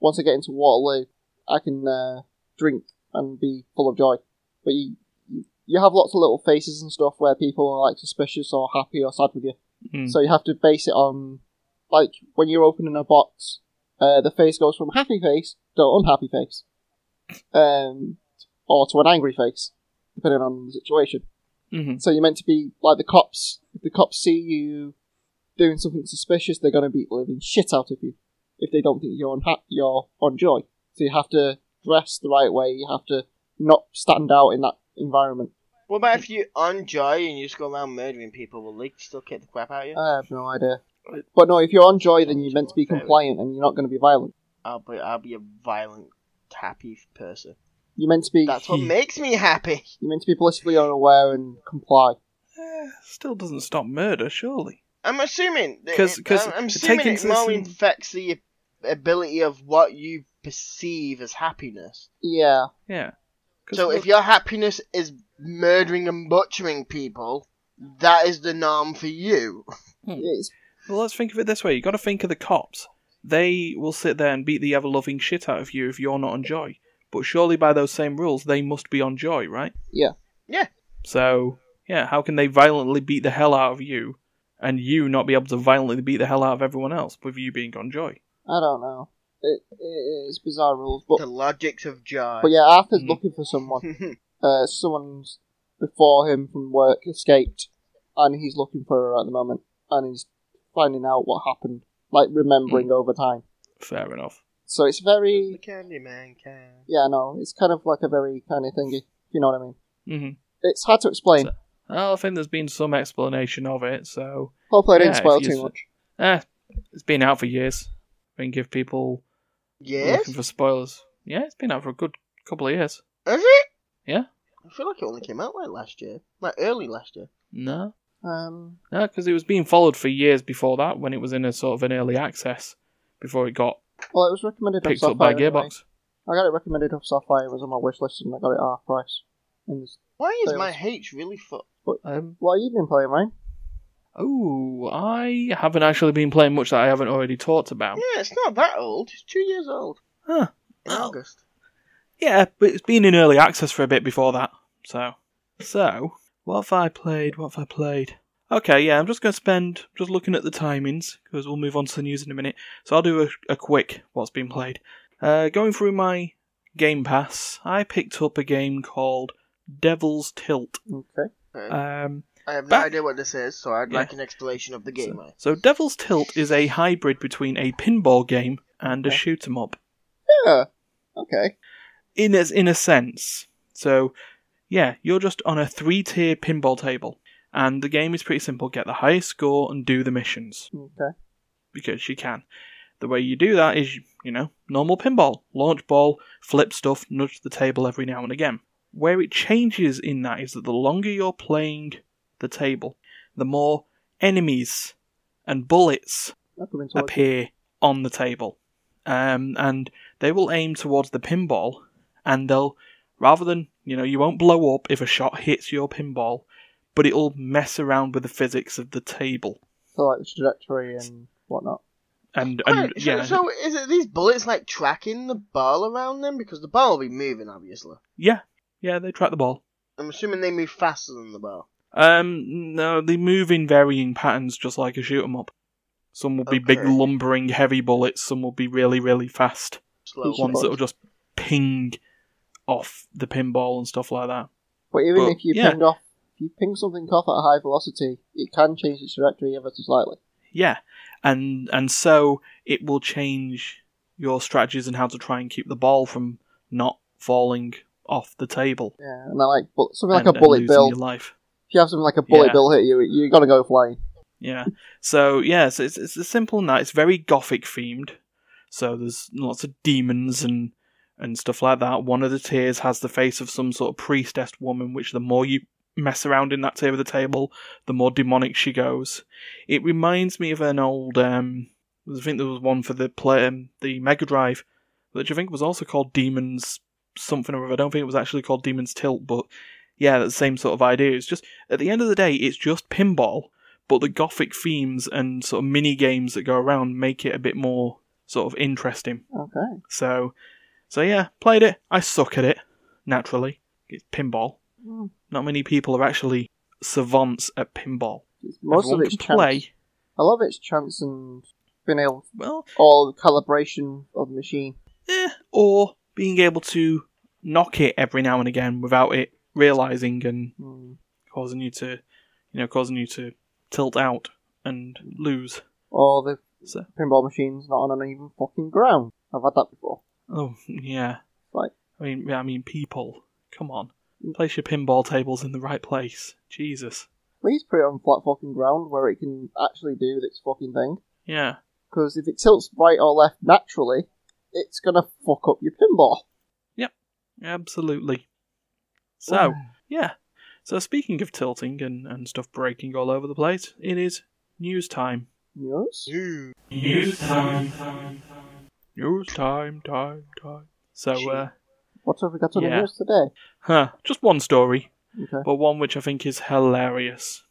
Speaker 2: Once I get into Waterloo, I can uh, drink and be full of joy. But you, you have lots of little faces and stuff where people are like suspicious or happy or sad with you.
Speaker 3: Mm.
Speaker 2: So you have to base it on, like, when you're opening a box, uh, the face goes from happy face to unhappy face, um, or to an angry face, depending on the situation.
Speaker 3: hmm
Speaker 2: So you're meant to be like the cops. If the cops see you doing something suspicious, they're going to beat the living shit out of you if they don't think you're on ha- you're on joy. So you have to dress the right way. You have to not stand out in that environment.
Speaker 4: What about if you enjoy and you just go around murdering people? Will they still kick the crap out of you?
Speaker 2: I have no idea. But no, if you're on joy, then you're meant to be compliant and you're not going to be violent.
Speaker 4: I'll be I'll be a violent, happy person.
Speaker 2: You're meant to be
Speaker 4: That's what makes me happy.
Speaker 2: you're meant to be blissfully unaware and comply.
Speaker 3: Eh, still doesn't stop murder, surely.
Speaker 4: I'm assuming that
Speaker 3: 'Cause-
Speaker 4: it-
Speaker 3: 'cause
Speaker 4: I'm, I'm assuming
Speaker 3: taking
Speaker 4: it
Speaker 3: to
Speaker 4: more
Speaker 3: some-
Speaker 4: infects the ability of what you perceive as happiness.
Speaker 2: Yeah,
Speaker 3: Yeah. 'Cause
Speaker 4: So
Speaker 3: look-
Speaker 4: if your happiness is murdering and butchering people, that is the norm for you.
Speaker 2: it's
Speaker 3: Well, let's think of it this way. you got to think of the cops. They will sit there and beat the ever loving shit out of you if you're not on joy. But surely by those same rules, they must be on joy, right?
Speaker 2: yeah.
Speaker 3: So, yeah, how can they violently beat the hell out of you and you not be able to violently beat the hell out of everyone else with you being on joy?
Speaker 2: I don't know. It, it, it's bizarre rules, but
Speaker 4: The logics of joy.
Speaker 2: but yeah, Arthur's
Speaker 3: Mhm.
Speaker 2: looking for someone. uh, someone's before him from work escaped, and he's looking for her at the moment, and he's finding out what happened, like
Speaker 3: Hmm.
Speaker 2: remembering over time.
Speaker 3: Fair enough.
Speaker 2: So it's
Speaker 4: the
Speaker 2: very,
Speaker 4: Candyman can.
Speaker 2: yeah, no, it's kind of like a very kind of thingy, if you know what I mean.
Speaker 3: hmm
Speaker 2: It's hard to explain.
Speaker 3: So- Well, I think there's been some explanation of it, so.
Speaker 2: Hopefully, I didn't
Speaker 3: yeah,
Speaker 2: spoil
Speaker 3: if you
Speaker 2: too
Speaker 3: s-
Speaker 2: much.
Speaker 3: Eh, it's been out for years. I think if people are
Speaker 4: Yes,
Speaker 3: looking for spoilers. Yeah, it's been out for a good couple of years.
Speaker 4: is it?
Speaker 3: Yeah.
Speaker 4: I feel like it only came out like last year, like early last year.
Speaker 3: No.
Speaker 2: Um,
Speaker 3: No, because it was being followed for years before that when it was in a sort of an early access before it got
Speaker 2: well, it was recommended off
Speaker 3: picked up by
Speaker 2: Softfire. anyway.
Speaker 3: Gearbox.
Speaker 2: I got it recommended off Softfire. It was on my wish list, and I got it at half price. And it's-
Speaker 4: Why is
Speaker 2: Sales.
Speaker 4: my H really fucked?
Speaker 3: Um,
Speaker 2: what have you been playing, Ryan?
Speaker 3: oh, I haven't actually been playing much that I haven't already talked about.
Speaker 4: Yeah, it's not that old. It's two years old.
Speaker 3: Huh.
Speaker 4: In
Speaker 3: Oh.
Speaker 4: August.
Speaker 3: Yeah, but it's been in early access for a bit before that. So, so what have I played? What have I played? Okay, yeah, I'm just going to spend just looking at the timings because we'll move on to the news in a minute. So I'll do a, a quick what's been played. Uh, going through my Game Pass, I picked up a game called Devil's Tilt.
Speaker 2: Okay.
Speaker 4: Okay.
Speaker 3: Um,
Speaker 4: I have no
Speaker 3: back-
Speaker 4: idea what this is, so I'd
Speaker 3: Yeah.
Speaker 4: like an explanation of the game.
Speaker 3: so, so Devil's Tilt is a hybrid between a pinball game and a
Speaker 2: Okay.
Speaker 3: shoot 'em up.
Speaker 2: Yeah. Okay.
Speaker 3: in a, in a sense. So, yeah, you're just on a three tier pinball table, and the game is pretty simple: get the highest score and do the missions
Speaker 2: Okay.
Speaker 3: because you can. The way you do that is, you know, normal pinball, launch ball, flip stuff, nudge the table every now and again. Where it changes in that is that the longer you're playing the table, the more enemies and bullets
Speaker 2: I'll come into it.
Speaker 3: appear on the table. Um, and they will aim towards the pinball, and they'll, rather than, you know, you won't blow up if a shot hits your pinball, but it'll mess around with the physics of the table.
Speaker 2: So like the trajectory and whatnot.
Speaker 3: And,
Speaker 4: Right,
Speaker 3: and
Speaker 4: so,
Speaker 3: yeah,
Speaker 4: so is it these bullets like tracking the ball around them because the ball will be moving obviously.
Speaker 3: yeah, yeah, they track the ball.
Speaker 4: I'm assuming they move faster than the ball.
Speaker 3: Um, no, they move in varying patterns, just like a shoot 'em up. Some will be big,
Speaker 4: Okay.
Speaker 3: lumbering, heavy bullets. Some will be really, really fast.
Speaker 4: Slow.
Speaker 2: Each
Speaker 3: Ones
Speaker 2: Sure.
Speaker 3: that will just ping off the pinball and stuff like that.
Speaker 2: But even
Speaker 3: Well,
Speaker 2: if you
Speaker 3: yeah.
Speaker 2: pinged off, if you ping something off at a high velocity, it can change its trajectory ever so slightly.
Speaker 3: Yeah, and and so it will change your strategies and how to try and keep the ball from not falling off the table.
Speaker 2: Yeah. And I like bu- something like
Speaker 3: and-
Speaker 2: a
Speaker 3: and
Speaker 2: bullet
Speaker 3: losing
Speaker 2: bill.
Speaker 3: your life.
Speaker 2: If you have something like a bullet
Speaker 3: Yeah.
Speaker 2: bill hit you, you're gonna go flying.
Speaker 3: Yeah. So yeah, so it's it's a simple night. It's very gothic themed. So there's lots of demons and and stuff like that. One of the tiers has the face of some sort of priestess woman, which the more you mess around in that tier of the table, the more demonic she goes. It reminds me of an old um I think there was one for the play um, the Mega Drive, which I think was also called Demons something or other. I don't think it was actually called Demons Tilt, but yeah, that's the same sort of idea. It's just at the end of the day, it's just pinball, but the gothic themes and sort of mini games that go around make it a bit more sort of interesting.
Speaker 2: Okay.
Speaker 3: So, so yeah, played it. I suck at it naturally. It's pinball.
Speaker 2: Hmm.
Speaker 3: Not many people are actually savants at pinball.
Speaker 2: It's- Most
Speaker 3: Everyone
Speaker 2: of it's
Speaker 3: can
Speaker 2: chance.
Speaker 3: play.
Speaker 2: I love its chance and being able
Speaker 3: Well,
Speaker 2: all the calibration of the machine.
Speaker 3: eh, or being able to knock it every now and again without it realizing and
Speaker 2: Hmm.
Speaker 3: causing you to, you know, causing you to tilt out and lose.
Speaker 2: Or the
Speaker 3: So,
Speaker 2: pinball machine's not on an even fucking ground. I've had that before.
Speaker 3: oh yeah.
Speaker 2: Right.
Speaker 3: I mean, yeah, I mean, people, come on, place your pinball tables in the right place. Jesus.
Speaker 2: Please put it on flat fucking ground where it can actually do this fucking thing.
Speaker 3: Yeah.
Speaker 2: Because if it tilts right or left naturally, it's gonna fuck up your pinball.
Speaker 3: Absolutely. So, yeah. So, speaking of tilting and, and stuff breaking all over the place, it is news time.
Speaker 2: Yes.
Speaker 4: Ooh.
Speaker 1: News time.
Speaker 3: News time, time, time. So, uh,
Speaker 2: What have we got on the
Speaker 3: Yeah.
Speaker 2: news today?
Speaker 3: huh, just one story,
Speaker 2: Okay.
Speaker 3: but one which I think is hilarious.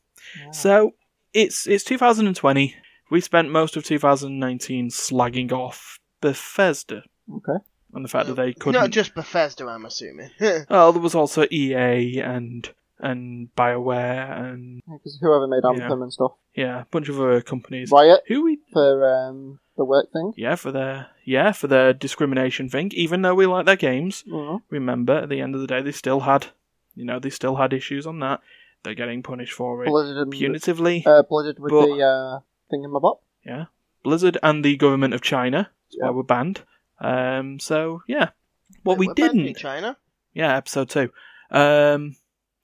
Speaker 3: So, it's it's 2020. We spent most of 2019 slagging off Bethesda
Speaker 2: Okay.
Speaker 3: and the fact that they couldn't.
Speaker 4: Uh, Not just Bethesda, I'm assuming.
Speaker 3: Oh, there was also EA and and Bioware and
Speaker 2: Because whoever made
Speaker 3: Yeah.
Speaker 2: Anthem and stuff.
Speaker 3: yeah, a bunch of other companies.
Speaker 2: Riot
Speaker 3: Who we
Speaker 2: for um, the work thing.
Speaker 3: yeah for their yeah for their discrimination thing. Even though we like their games,
Speaker 2: Mhm.
Speaker 3: remember at the end of the day they still had you know they still had issues on that. They're getting punished for it
Speaker 2: Blizzard and
Speaker 3: punitively.
Speaker 2: uh, Blizzard with
Speaker 3: But-
Speaker 2: the uh, thingamabop.
Speaker 3: yeah, Blizzard and the government of China. That's why
Speaker 2: Yeah.
Speaker 3: we're banned. Um, so yeah, what we
Speaker 4: We're banned in
Speaker 3: didn't.
Speaker 4: China.
Speaker 3: Yeah, episode two, um,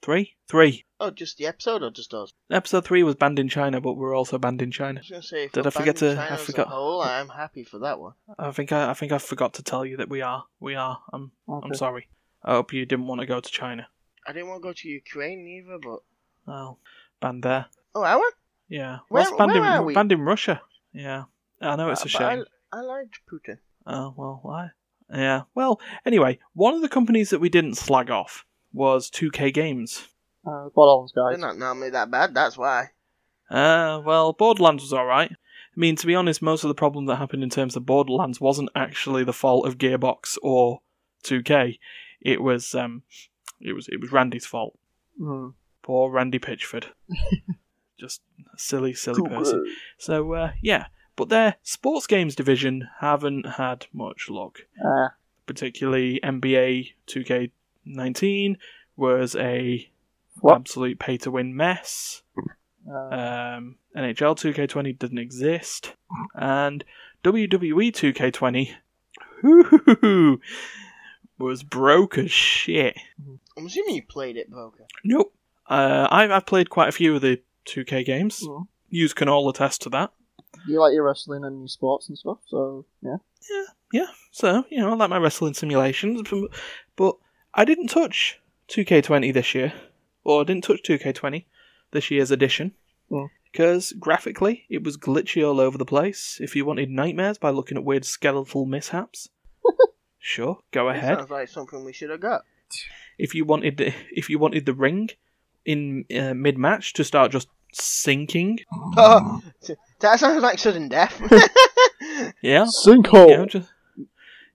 Speaker 3: three, three.
Speaker 4: Oh, just the episode or just us?
Speaker 3: Episode three was banned in China, but we're also banned in China.
Speaker 4: I was gonna say. If
Speaker 3: Did
Speaker 4: we're
Speaker 3: I forget
Speaker 4: banned in
Speaker 3: to- I
Speaker 4: China as a
Speaker 3: forgot-
Speaker 4: Whole, I'm happy for that one.
Speaker 3: I think I, I think I forgot to tell you that we are. We are. I'm I'm
Speaker 2: Okay.
Speaker 3: sorry. I hope you didn't want to go to China.
Speaker 4: I didn't want to go to Ukraine either, but
Speaker 3: Oh, banned there.
Speaker 4: Oh, our?
Speaker 3: Yeah.
Speaker 4: Where-
Speaker 3: That's banned,
Speaker 4: where are
Speaker 3: in,
Speaker 4: we? Uh,
Speaker 3: banned in Russia. Yeah. I know Oh, it's a
Speaker 4: But
Speaker 3: shame.
Speaker 4: I, I liked Putin.
Speaker 3: Oh, well, I. Yeah. Well, anyway, one of the companies that we didn't slag off was 2K Games.
Speaker 2: Uh, Borderlands
Speaker 4: They're
Speaker 2: guys.
Speaker 4: not normally that bad. That's why.
Speaker 3: Uh, well, Borderlands was alright. I mean, to be honest, most of the problem that happened in terms of Borderlands wasn't actually the fault of Gearbox or 2K. It was, um, it was, it was Randy's fault.
Speaker 2: Mm.
Speaker 3: Poor Randy Pitchford. Just a silly, silly person. So, uh, yeah. But their sports games division haven't had much luck.
Speaker 2: Uh,
Speaker 3: particularly NBA 2K19 was a
Speaker 2: What?
Speaker 3: absolute pay to win mess.
Speaker 2: uh,
Speaker 3: Um, NHL 2K20 didn't exist, and E WWE 2K20 hoo-hoo-hoo-hoo, was broke as shit.
Speaker 4: I'm assuming you played it, Broker.
Speaker 3: Nope. Uh, I've, I've played quite a few of the 2K games.
Speaker 2: mm.
Speaker 3: You can all attest to that.
Speaker 2: You like your wrestling and your sports and stuff, so yeah.
Speaker 3: Yeah, so, you know, I like my wrestling simulations, but- but I didn't touch 2K20 this year, or I didn't touch 2K20 this year's edition,
Speaker 2: Mm.
Speaker 3: because graphically it was glitchy all over the place. If you wanted nightmares by looking at weird skeletal mishaps, sure, go
Speaker 4: That
Speaker 3: ahead.
Speaker 4: Sounds like something we should have got.
Speaker 3: If you wanted, the, if you wanted the ring in uh, mid match to start just sinking,
Speaker 4: Oh, that sounds like sudden death.
Speaker 3: yeah,
Speaker 2: Sinkhole.
Speaker 3: you know, just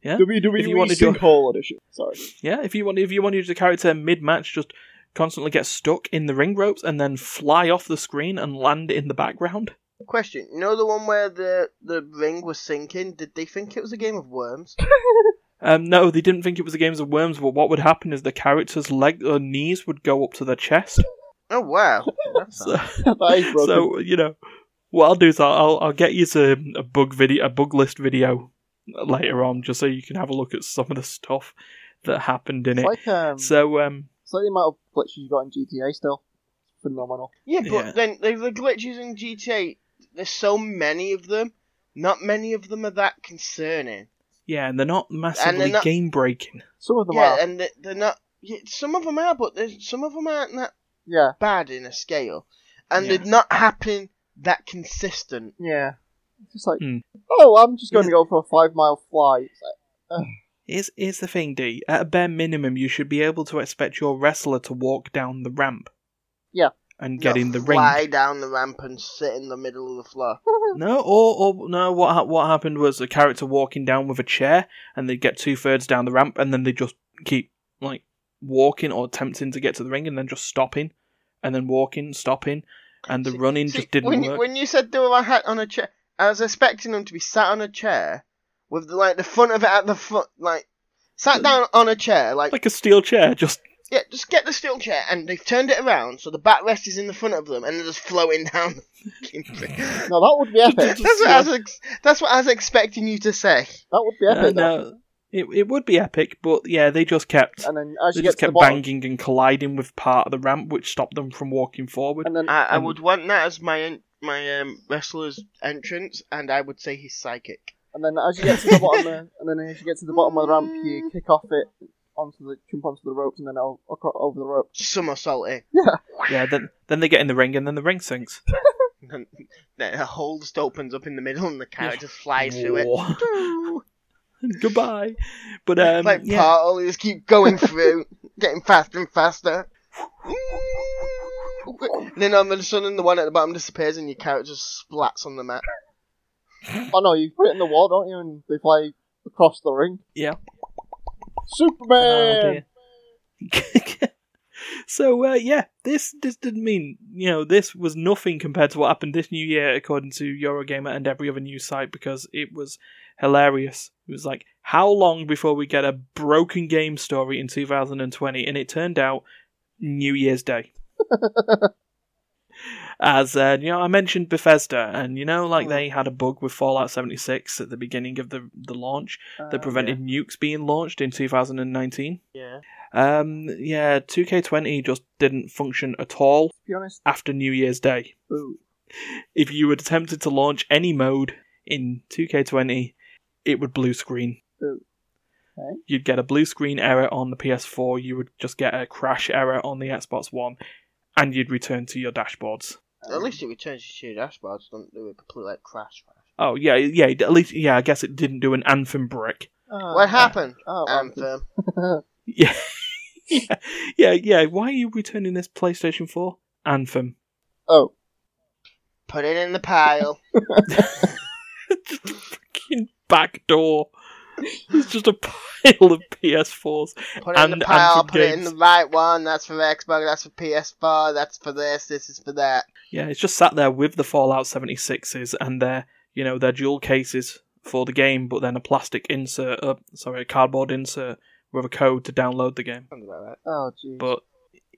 Speaker 3: Yeah.
Speaker 2: WWE
Speaker 3: If you wanted your-
Speaker 2: Sinkhole edition. Sorry.
Speaker 3: Yeah, if you want, if you wanted the character mid match, just constantly get stuck in the ring ropes and then fly off the screen and land in the background.
Speaker 4: Question: You know the one where the the ring was sinking? Did they think it was a game of worms?
Speaker 3: Um, no, they didn't think it was a Games of Worms, but what would happen is the character's leg or knees would go up to their chest.
Speaker 4: Oh wow! That's
Speaker 3: So,
Speaker 2: that is broken.
Speaker 3: so you know, what I'll do is I'll I'll, I'll get you to a bug video, a bug list video later on, just so you can have a look at some of the stuff that happened in
Speaker 2: it's
Speaker 3: it.
Speaker 2: like um,
Speaker 3: So um,
Speaker 2: it's like the amount of glitches you got in GTA still. Phenomenal.
Speaker 4: yeah, but
Speaker 3: Yeah.
Speaker 4: then the, the glitches in GTA. There's so many of them. Not many of them are that concerning.
Speaker 3: yeah, and they're not massively
Speaker 4: not-
Speaker 3: game breaking.
Speaker 2: Some of them
Speaker 4: yeah,
Speaker 2: are.
Speaker 4: and they- they're not. Yeah, some of them are, but there's, some of them aren't that
Speaker 2: Yeah.
Speaker 4: bad in a scale, and
Speaker 3: Yeah.
Speaker 4: they're not happening that consistent.
Speaker 2: Yeah. It's just like,
Speaker 3: Hmm.
Speaker 2: oh, I'm just going to go for a five mile fly. It's like,
Speaker 3: Here's, here's the thing, D. At a bare minimum, you should be able to expect your wrestler to walk down the ramp.
Speaker 2: Yeah.
Speaker 3: And get
Speaker 4: Not
Speaker 3: in the
Speaker 4: Fly
Speaker 3: ring.
Speaker 4: down the ramp and sit in the middle of the floor.
Speaker 3: No, or, or no. What ha- what happened was a character walking down with a chair, and they get two thirds down the ramp, and then they just keep like walking or attempting to get to the ring, and then just stopping, and then walking, stopping, and the
Speaker 4: See-
Speaker 3: running
Speaker 4: See,
Speaker 3: just didn't
Speaker 4: when, you-
Speaker 3: work.
Speaker 4: When you said they were hat on a chair, I was expecting them to be sat on a chair with the, like the front of it at the foot, like sat down on a chair, like
Speaker 3: Like a steel chair, just
Speaker 4: yeah, just get the steel chair, and they've turned it around so the backrest is in the front of them, and they're just floating down. the fucking thing.
Speaker 2: no, that would be epic.
Speaker 4: that's what I was. Ex- that's what I was expecting you to say.
Speaker 2: That would be
Speaker 3: uh,
Speaker 2: epic. though.
Speaker 3: no. It it would be epic, but yeah, they just kept
Speaker 2: And then as
Speaker 3: they
Speaker 2: you get
Speaker 3: just
Speaker 2: to the
Speaker 3: kept
Speaker 2: bottom,
Speaker 3: banging and colliding with part of the ramp, which stopped them from walking forward.
Speaker 2: and then
Speaker 4: I, I
Speaker 3: Um,
Speaker 4: would want that as my en- my um, wrestler's entrance, and I would say he's psychic.
Speaker 2: and then as you get to the bottom, uh, and then as you get to the bottom of the ramp, you kick off it onto the jump onto the ropes, and then o- acro- over the rope.
Speaker 4: Somersaulting.
Speaker 3: Yeah, then then they get in the ring and then the ring sinks.
Speaker 4: And Then a hole just opens up in the middle, and the character just flies through it.
Speaker 3: Whoa.
Speaker 4: Doo.
Speaker 3: Goodbye. But um,
Speaker 4: like
Speaker 3: yeah.
Speaker 4: Paul, just keep going through, getting faster and faster. And then all of a sudden, the one at the bottom disappears, and your character just splats on the mat.
Speaker 2: Oh no, you put it in the wall, don't you? And they fly across the ring.
Speaker 3: Yeah. Oh,
Speaker 2: Superman.
Speaker 3: dear. so uh, yeah, this this didn't mean you know this was nothing compared to what happened this new year, according to Eurogamer and every other news site, because it was hilarious. It was like how long before we get a broken game story in 2020, and it turned out New Year's Day. As uh, you know, I mentioned Bethesda, and you know, like they had a bug with Fallout 76 at the beginning of the the launch
Speaker 2: Uh, Oh,
Speaker 3: that prevented nukes being launched in 2019.
Speaker 4: Yeah.
Speaker 3: Um, yeah, 2K20 just didn't function at all
Speaker 2: to be honest,
Speaker 3: after New Year's Day.
Speaker 2: ooh,
Speaker 3: If you had attempted to launch any mode in 2K20, it would blue screen.
Speaker 2: Ooh. Okay.
Speaker 3: You'd get a blue screen error on the PS4, you would just get a crash error on the Xbox One, and you'd return to your dashboards.
Speaker 4: At least it returns you to your dashboard, so don't do it completely like crash.
Speaker 3: Oh yeah, yeah. At least yeah, I guess it didn't do an anthem brick.
Speaker 2: Oh,
Speaker 4: What um, happened?
Speaker 2: oh, well,
Speaker 4: Anthem.
Speaker 3: Yeah, yeah, yeah, yeah. Why are you returning this PlayStation Four anthem?
Speaker 2: oh,
Speaker 4: Put it in the pile.
Speaker 3: just a freaking back door. It's just a pile of PS4s.
Speaker 4: Put it in
Speaker 3: And
Speaker 4: the pile.
Speaker 3: Anthem
Speaker 4: Put it in
Speaker 3: games.
Speaker 4: the right one. That's for Xbox. That's for PS4. That's for this. This is for that.
Speaker 3: Yeah, it's just sat there with the Fallout 76s and their, you know, their dual cases for the game, but then a plastic insert, uh, sorry, a cardboard insert with a code to download the game.
Speaker 4: Sounds about right.
Speaker 2: oh, jeez.
Speaker 3: But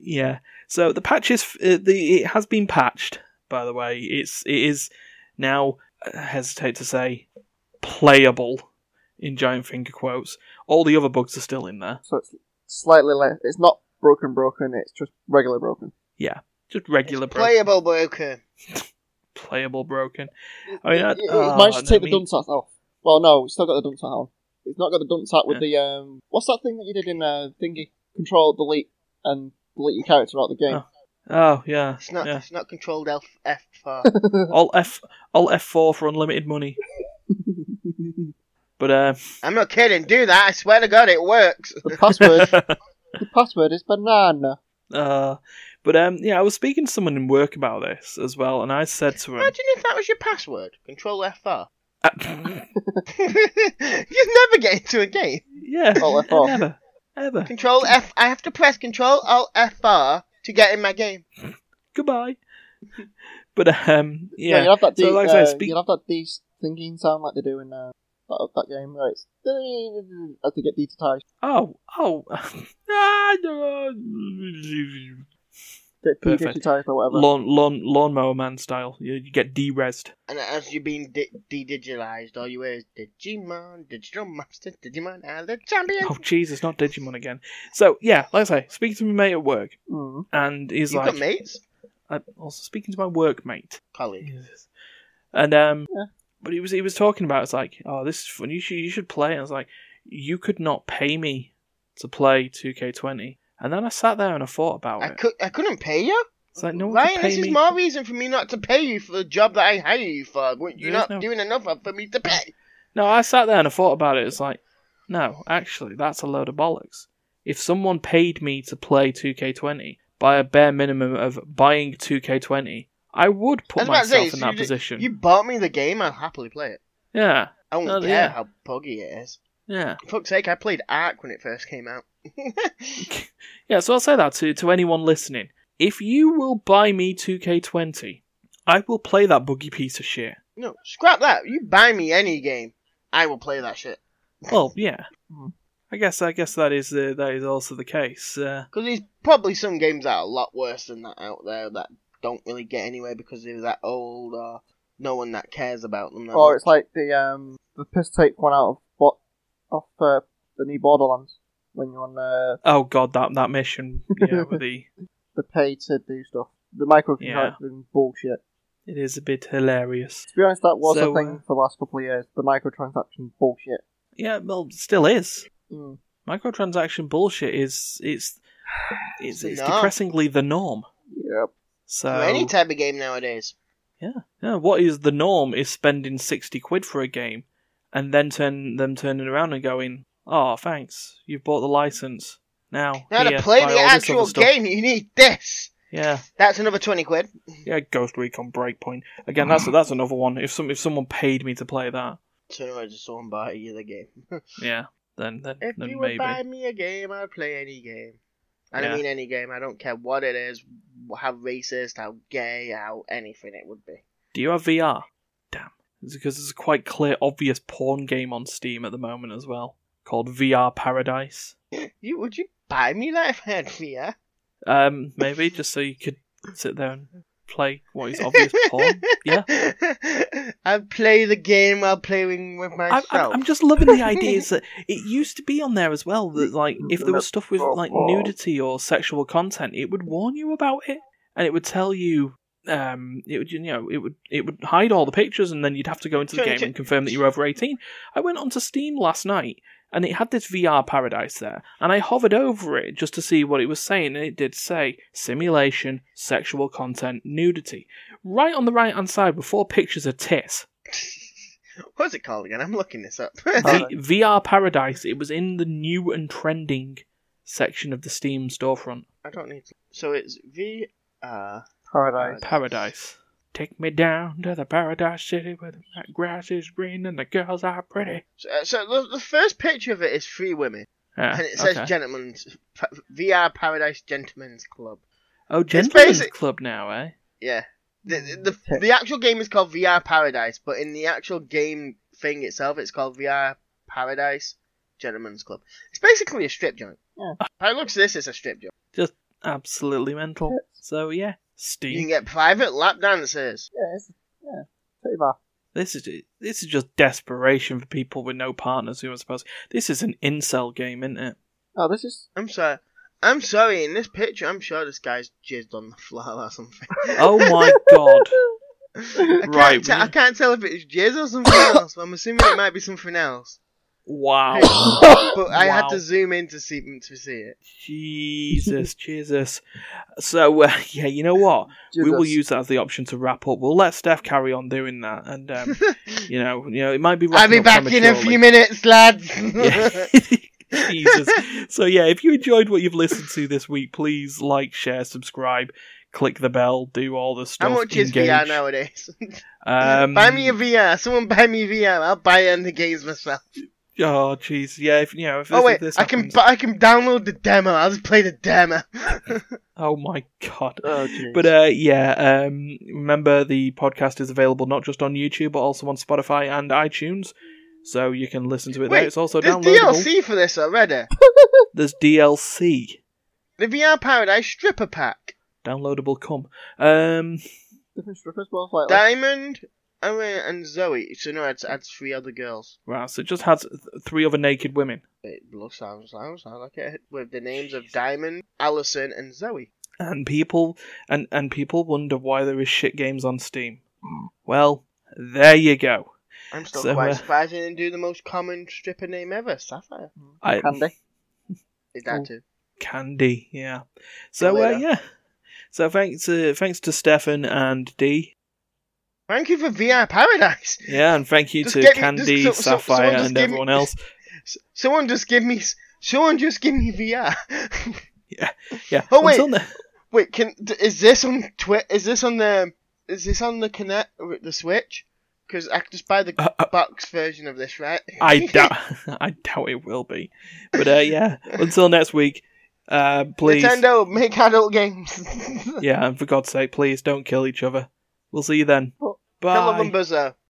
Speaker 3: yeah, so the patch is uh, the it has been patched. By the way, it's it is now I hesitate to say playable in giant finger quotes. All the other bugs are still in there.
Speaker 2: So it's slightly less. It's not broken, broken. It's just regular broken.
Speaker 3: Just regular
Speaker 4: It's
Speaker 3: broken.
Speaker 4: playable broken.
Speaker 3: playable broken. I mean, I-
Speaker 2: It- it- it
Speaker 3: oh,
Speaker 2: managed to
Speaker 3: no,
Speaker 2: take
Speaker 3: I
Speaker 2: the
Speaker 3: mean-
Speaker 2: dunce hat off. Well, no, it's still got the dunce hat on. It's not got the dunce hat with the um. What's that thing that you did in uh, thingy? Control, delete, and delete your character out of the game.
Speaker 3: Oh yeah,
Speaker 4: It's not.
Speaker 3: yeah.
Speaker 4: It's not controlled F F four.
Speaker 3: Alt F, Alt F four for unlimited money. Oh. But uh,
Speaker 4: I'm not kidding. Do that. I swear to God, it works.
Speaker 2: the password. the password is banana.
Speaker 3: uh, but um, yeah, I was speaking to someone in work about this as well, and I said to him,
Speaker 4: Imagine if that was your password. Control F four.
Speaker 3: uh,
Speaker 4: You'd never get into a game.
Speaker 3: "Yeah,
Speaker 2: Alt F4.
Speaker 3: never, ever,
Speaker 4: Control F. I have to press Control Alt F four to get in my game.
Speaker 3: goodbye." But um,
Speaker 2: Yeah,
Speaker 3: yeah,
Speaker 2: you'll have that D,
Speaker 3: So, like I say,
Speaker 2: uh,
Speaker 3: speak-
Speaker 2: you'll have that D thinking sound like they do in uh, that, that game where it's as they get demonetized.
Speaker 3: oh, oh, Ah, no.
Speaker 2: Get
Speaker 3: Perfect.
Speaker 2: demonetized or whatever.
Speaker 3: lawn, lawn, lawnmower man style. You, you get de-rezzed.
Speaker 4: And as you've been di- digitalized, all you hear is Digimon, Digital Monster, Digimon, and the champion.
Speaker 3: Oh Jesus, not Digimon again. So yeah, like I say, speaking to my mate at work,
Speaker 2: Mm.
Speaker 3: and he's
Speaker 4: You've
Speaker 3: like,
Speaker 4: got mates,
Speaker 3: I'm also speaking to my workmate.
Speaker 4: colleague.
Speaker 3: And um,
Speaker 2: Yeah.
Speaker 3: but he was he was talking about it's like, oh, this is fun. You should you should play. it." I was like, you could not pay me to play 2K20. And then I sat there and I thought about
Speaker 4: I
Speaker 3: it.
Speaker 4: could, I couldn't pay you.
Speaker 3: It's like no one
Speaker 4: Ryan,
Speaker 3: could pay
Speaker 4: this
Speaker 3: me.
Speaker 4: is more reason for me not to pay you for the job that I hire you for. Well, You're
Speaker 3: There is
Speaker 4: not
Speaker 3: no-
Speaker 4: doing enough of for me to pay.
Speaker 3: No, I sat there and I thought about it. It's like, no, actually, that's a load of bollocks. If someone paid me to play 2K20 by a bare minimum of buying 2K20, I would
Speaker 4: I
Speaker 3: put
Speaker 4: was about to say,
Speaker 3: myself
Speaker 4: so
Speaker 3: in that
Speaker 4: you-
Speaker 3: position.
Speaker 4: You bought me the game, I'll happily play it.
Speaker 3: Yeah,
Speaker 4: I don't
Speaker 3: Oh,
Speaker 4: care
Speaker 3: yeah.
Speaker 4: how buggy it is.
Speaker 3: yeah.
Speaker 4: For fuck's sake, I played Ark when it first came out.
Speaker 3: Yeah, so I'll say that to, to anyone listening. If you will buy me 2K20, I will play that buggy piece of shit.
Speaker 4: no, scrap that. You buy me any game, I will play that shit.
Speaker 3: Well, yeah.
Speaker 2: Hmm.
Speaker 3: I guess I guess that is uh, that is also the case. Uh,
Speaker 4: Because there's probably some games that are a lot worse than that out there that don't really get anywhere because they're that old or no one that cares about them. that
Speaker 2: Or Oh,
Speaker 4: much.
Speaker 2: it's like the um the piss take one out of what off uh, the new Borderlands when you're on uh,
Speaker 3: oh god, that that mission, yeah, with the
Speaker 2: the pay to do stuff. The microtransaction
Speaker 3: Yeah.
Speaker 2: bullshit.
Speaker 3: it is a bit hilarious.
Speaker 2: To be honest, that was
Speaker 3: So,
Speaker 2: a thing
Speaker 3: uh,
Speaker 2: for the last couple of years. The microtransaction bullshit.
Speaker 3: Yeah, well, still is.
Speaker 2: Mm.
Speaker 3: Microtransaction bullshit is it's it's, it's
Speaker 4: Not.
Speaker 3: depressingly the norm.
Speaker 2: Yep.
Speaker 3: So
Speaker 4: For
Speaker 2: um,
Speaker 4: any type of game nowadays.
Speaker 3: Yeah, what is the norm is spending sixty quid for a game, and then turn them turning around and going, "Oh, thanks, you've bought the license now."
Speaker 4: Now
Speaker 3: here,
Speaker 4: to play
Speaker 3: buy
Speaker 4: the
Speaker 3: all this
Speaker 4: actual
Speaker 3: other stuff."
Speaker 4: game, you need this.
Speaker 3: Yeah,
Speaker 4: That's another twenty quid.
Speaker 3: yeah, Ghost Recon Breakpoint. Again, that's that's another one. If some if someone paid me to play that,
Speaker 4: So no, I just saw him buy you the game.
Speaker 3: yeah, then then,
Speaker 4: if
Speaker 3: then
Speaker 4: you
Speaker 3: maybe.
Speaker 4: would buy me a game, I'd play any game. I don't
Speaker 3: Yeah.
Speaker 4: mean any game. I don't care what it is, how racist, how gay, how anything it would be.
Speaker 3: Do you have VR? Damn, it's because there's a quite clear, obvious porn game on Steam at the moment as well called VR Paradise.
Speaker 4: You would you buy me that if I had VR?
Speaker 3: Um, maybe just so you could sit there and play what is obvious porn. Yeah.
Speaker 4: I play the game while playing with
Speaker 3: I'm,
Speaker 4: myself.
Speaker 3: I'm, I'm just loving the ideas that it used to be on there as well. That like if there was stuff with like nudity or sexual content, it would warn you about it, and it would tell you. Um, it would you know it would it would hide all the pictures, and then you'd have to go into the
Speaker 4: Sure,
Speaker 3: game
Speaker 4: sure.
Speaker 3: and confirm that you're over eighteen. I went onto Steam last night, and it had this VR paradise there, and I hovered over it just to see what it was saying, and it did say simulation, sexual content, nudity. Right on the right hand side were four pictures of tits.
Speaker 4: What's it called again? I'm looking this up.
Speaker 3: The VR paradise, it was in the new and trending section of the Steam storefront.
Speaker 4: I don't need to. So it's uh, VR.
Speaker 2: Paradise.
Speaker 3: Paradise. Take me down to the paradise city where the grass is green and the girls are pretty.
Speaker 4: So, uh, so the, the first picture of it is three women,
Speaker 3: Yeah,
Speaker 4: and it says
Speaker 3: Ah, okay.
Speaker 4: gentlemen's pa- VR Paradise Gentlemen's Club.
Speaker 3: oh, Gentlemen's
Speaker 4: basic-
Speaker 3: Club now, eh?
Speaker 4: Yeah. The, the, the actual game is called VR Paradise, but in the actual game thing itself, it's called VR Paradise Gentlemen's Club. It's basically a strip joint.
Speaker 2: Yeah.
Speaker 4: By the looks of this, it's a strip joint.
Speaker 3: Absolutely mental. So yeah, Steam.
Speaker 4: You can get private lap dancers.
Speaker 2: Yeah, it's, yeah. Pretty bad.
Speaker 3: This is this is just desperation for people with no partners who are supposed. This is an incel game, isn't it?
Speaker 2: Oh, this is
Speaker 4: I'm sorry. I'm sorry, in this picture, I'm sure this guy's jizzed on the floor or something.
Speaker 3: Oh my god!
Speaker 4: I can't,
Speaker 3: Right,
Speaker 4: te-
Speaker 3: we-
Speaker 4: I can't tell if it's jizz or something else, but I'm assuming it might be something else.
Speaker 3: Wow,
Speaker 4: But I had
Speaker 3: Wow.
Speaker 4: to zoom in to see to see it.
Speaker 3: Jesus, Jesus. So uh, yeah, you know what? We will
Speaker 2: Jesus.
Speaker 3: use that as the option to wrap up. We'll let Steph carry on doing that, and um, you know, you know, it might be.
Speaker 4: I'll
Speaker 3: wrapping
Speaker 4: be
Speaker 3: up
Speaker 4: back in a
Speaker 3: prematurely.
Speaker 4: few minutes, lads.
Speaker 3: Yeah. Jesus. So yeah, if you enjoyed what you've listened to this week, please like, share, subscribe, click the bell, do all the stuff.
Speaker 4: How much is
Speaker 3: engage.
Speaker 4: VR nowadays?
Speaker 3: Um,
Speaker 4: buy me a VR. Someone buy me a VR. I'll buy it on the games myself.
Speaker 3: Oh jeez, yeah. If you know, if this,
Speaker 4: oh wait,
Speaker 3: if this
Speaker 4: I can
Speaker 3: happens-
Speaker 4: bu- I can download the demo. I'll just play the demo.
Speaker 3: oh my god.
Speaker 2: Oh, jeez.
Speaker 3: But uh, yeah, um, remember the podcast is available not just on YouTube but also on Spotify and iTunes, so you can listen to it there.
Speaker 4: Wait,
Speaker 3: It's also
Speaker 4: There's
Speaker 3: downloadable.
Speaker 4: DLC for this already.
Speaker 3: There's DLC,
Speaker 4: The VR Paradise Stripper Pack,
Speaker 3: downloadable. Come, um,
Speaker 2: different strippers, both like
Speaker 4: Diamond, Owen, and Zoe. So no, it's adds three other girls.
Speaker 3: wow. So it just has th- three other naked women.
Speaker 4: It looks sounds sounds sounds like it with the names of Diamond, Allison, and Zoe.
Speaker 3: and people and and people wonder why there is shit games on Steam. Well, there you go.
Speaker 4: I'm still
Speaker 3: So,
Speaker 4: quite
Speaker 3: uh,
Speaker 4: surprised they didn't do the most common stripper name ever, Sapphire.
Speaker 3: I
Speaker 2: hmm. candy.
Speaker 4: Is
Speaker 3: Oh.
Speaker 4: that too?
Speaker 3: candy, yeah. So uh,
Speaker 4: later.
Speaker 3: yeah. So thanks uh, thanks to Stefan and D.
Speaker 4: Thank you for VR Paradise.
Speaker 3: Yeah, and thank you
Speaker 4: Just
Speaker 3: to
Speaker 4: get me-
Speaker 3: Candy,
Speaker 4: just- so- so-
Speaker 3: Sapphire
Speaker 4: someone just
Speaker 3: and
Speaker 4: give me-
Speaker 3: everyone else.
Speaker 4: S- someone just give me. s- Someone just give me VR.
Speaker 3: Yeah.
Speaker 4: Oh, wait.
Speaker 3: Until ne-
Speaker 4: Wait, can d- is this on Twi- Is this on the? Is this on the Kinect, or the Switch? Because I can just buy the
Speaker 3: Uh, uh,
Speaker 4: box version of this, right?
Speaker 3: I doubt I doubt it will be. But uh, yeah, until next week, uh, please
Speaker 4: Nintendo make adult games.
Speaker 3: Yeah, and for God's sake, please don't kill each other. We'll see you then.
Speaker 2: Well,
Speaker 3: Bye.
Speaker 4: Tell them, Buzzer.